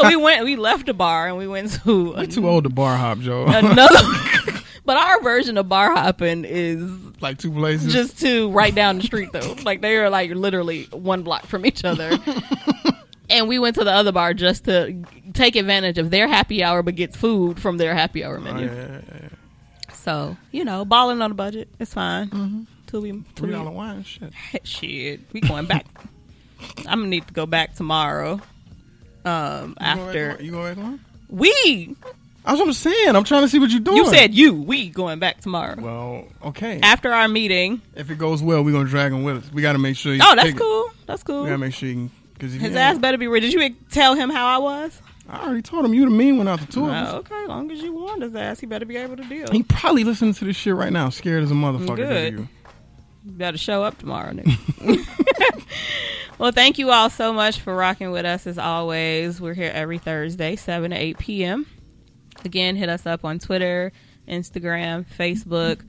S3: we went, we left the bar and we went to
S1: You're too old to bar hop, Joe.
S3: [laughs] another. [laughs] but our version of bar hopping is
S1: [laughs] like two places.
S3: just to right down the street though. Like they are like literally one block from
S1: [laughs]
S3: each other. And we went to the other bar just to take advantage of their happy hour, but get food from their happy hour
S1: Oh,
S3: menu.
S1: yeah, yeah, yeah.
S3: So you know, balling on a budget. It's fine. Till we till
S1: Three
S3: we-
S1: dollar wine, shit.
S3: [laughs] Shit, we going back. I'm gonna need to go back tomorrow.
S1: You
S3: Um,
S1: going back
S3: after
S1: to- you going back to work?
S3: we,
S1: That's what I'm saying. I'm trying to see what you're doing.
S3: you said you, we going back tomorrow
S1: Well, okay.
S3: after our meeting.
S1: If it goes well, we're gonna drag him with us. We gotta make sure. He's
S3: Oh, that's
S1: picking.
S3: cool. That's
S1: We gotta
S3: cool.
S1: make sure he can. Cause if
S3: His
S1: he
S3: ass
S1: ain't-
S3: better be ready. Did you tell him how I was?
S1: I already told him you the mean one out the two of us.
S3: Oh, okay, long as you warned his ass, he better be able to deal.
S1: He probably listening to this shit right now, scared as a motherfucker.
S3: Good.
S1: Good.
S3: better show up tomorrow, nigga. [laughs] well, thank you all so much for rocking with us as always. We're here every Thursday, 7 to 8 p.m. Again, hit us up on Twitter, Instagram, Facebook.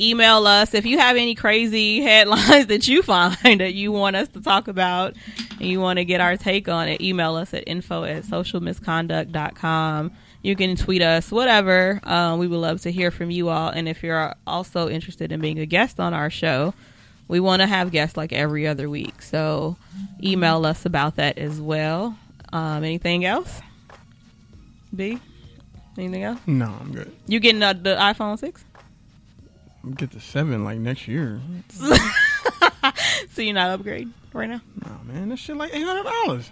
S3: Email us if you have any crazy [laughs] headlines that you find that you want us to talk about and you want to get our take on it. Email us at info at socialmisconduct.com. You can tweet us, whatever. Um, we would love to hear from you all. And if you're also interested in being a guest on our show, we want to have guests like every other week. So email us about that as well. Um, anything else? B? Anything else?
S1: No, I'm good.
S3: You getting uh, the iPhone 6?
S1: I'm get the seven like next year.
S3: [laughs] So you're not upgrading right now?
S1: Nah, man, that shit like eight hundred dollars.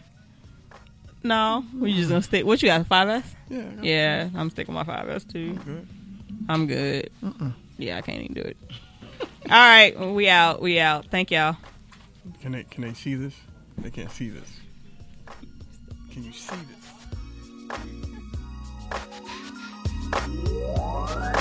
S3: No. We just going to stick. What you got, 5S?
S1: Yeah. I got-
S3: Yeah, I'm sticking my 5S too.
S1: good.
S3: I'm good. Yeah, I can't even do it. [laughs] All right, we out. We out. Thank y'all.
S1: Can they can they see this? They can't see this. Can you see this?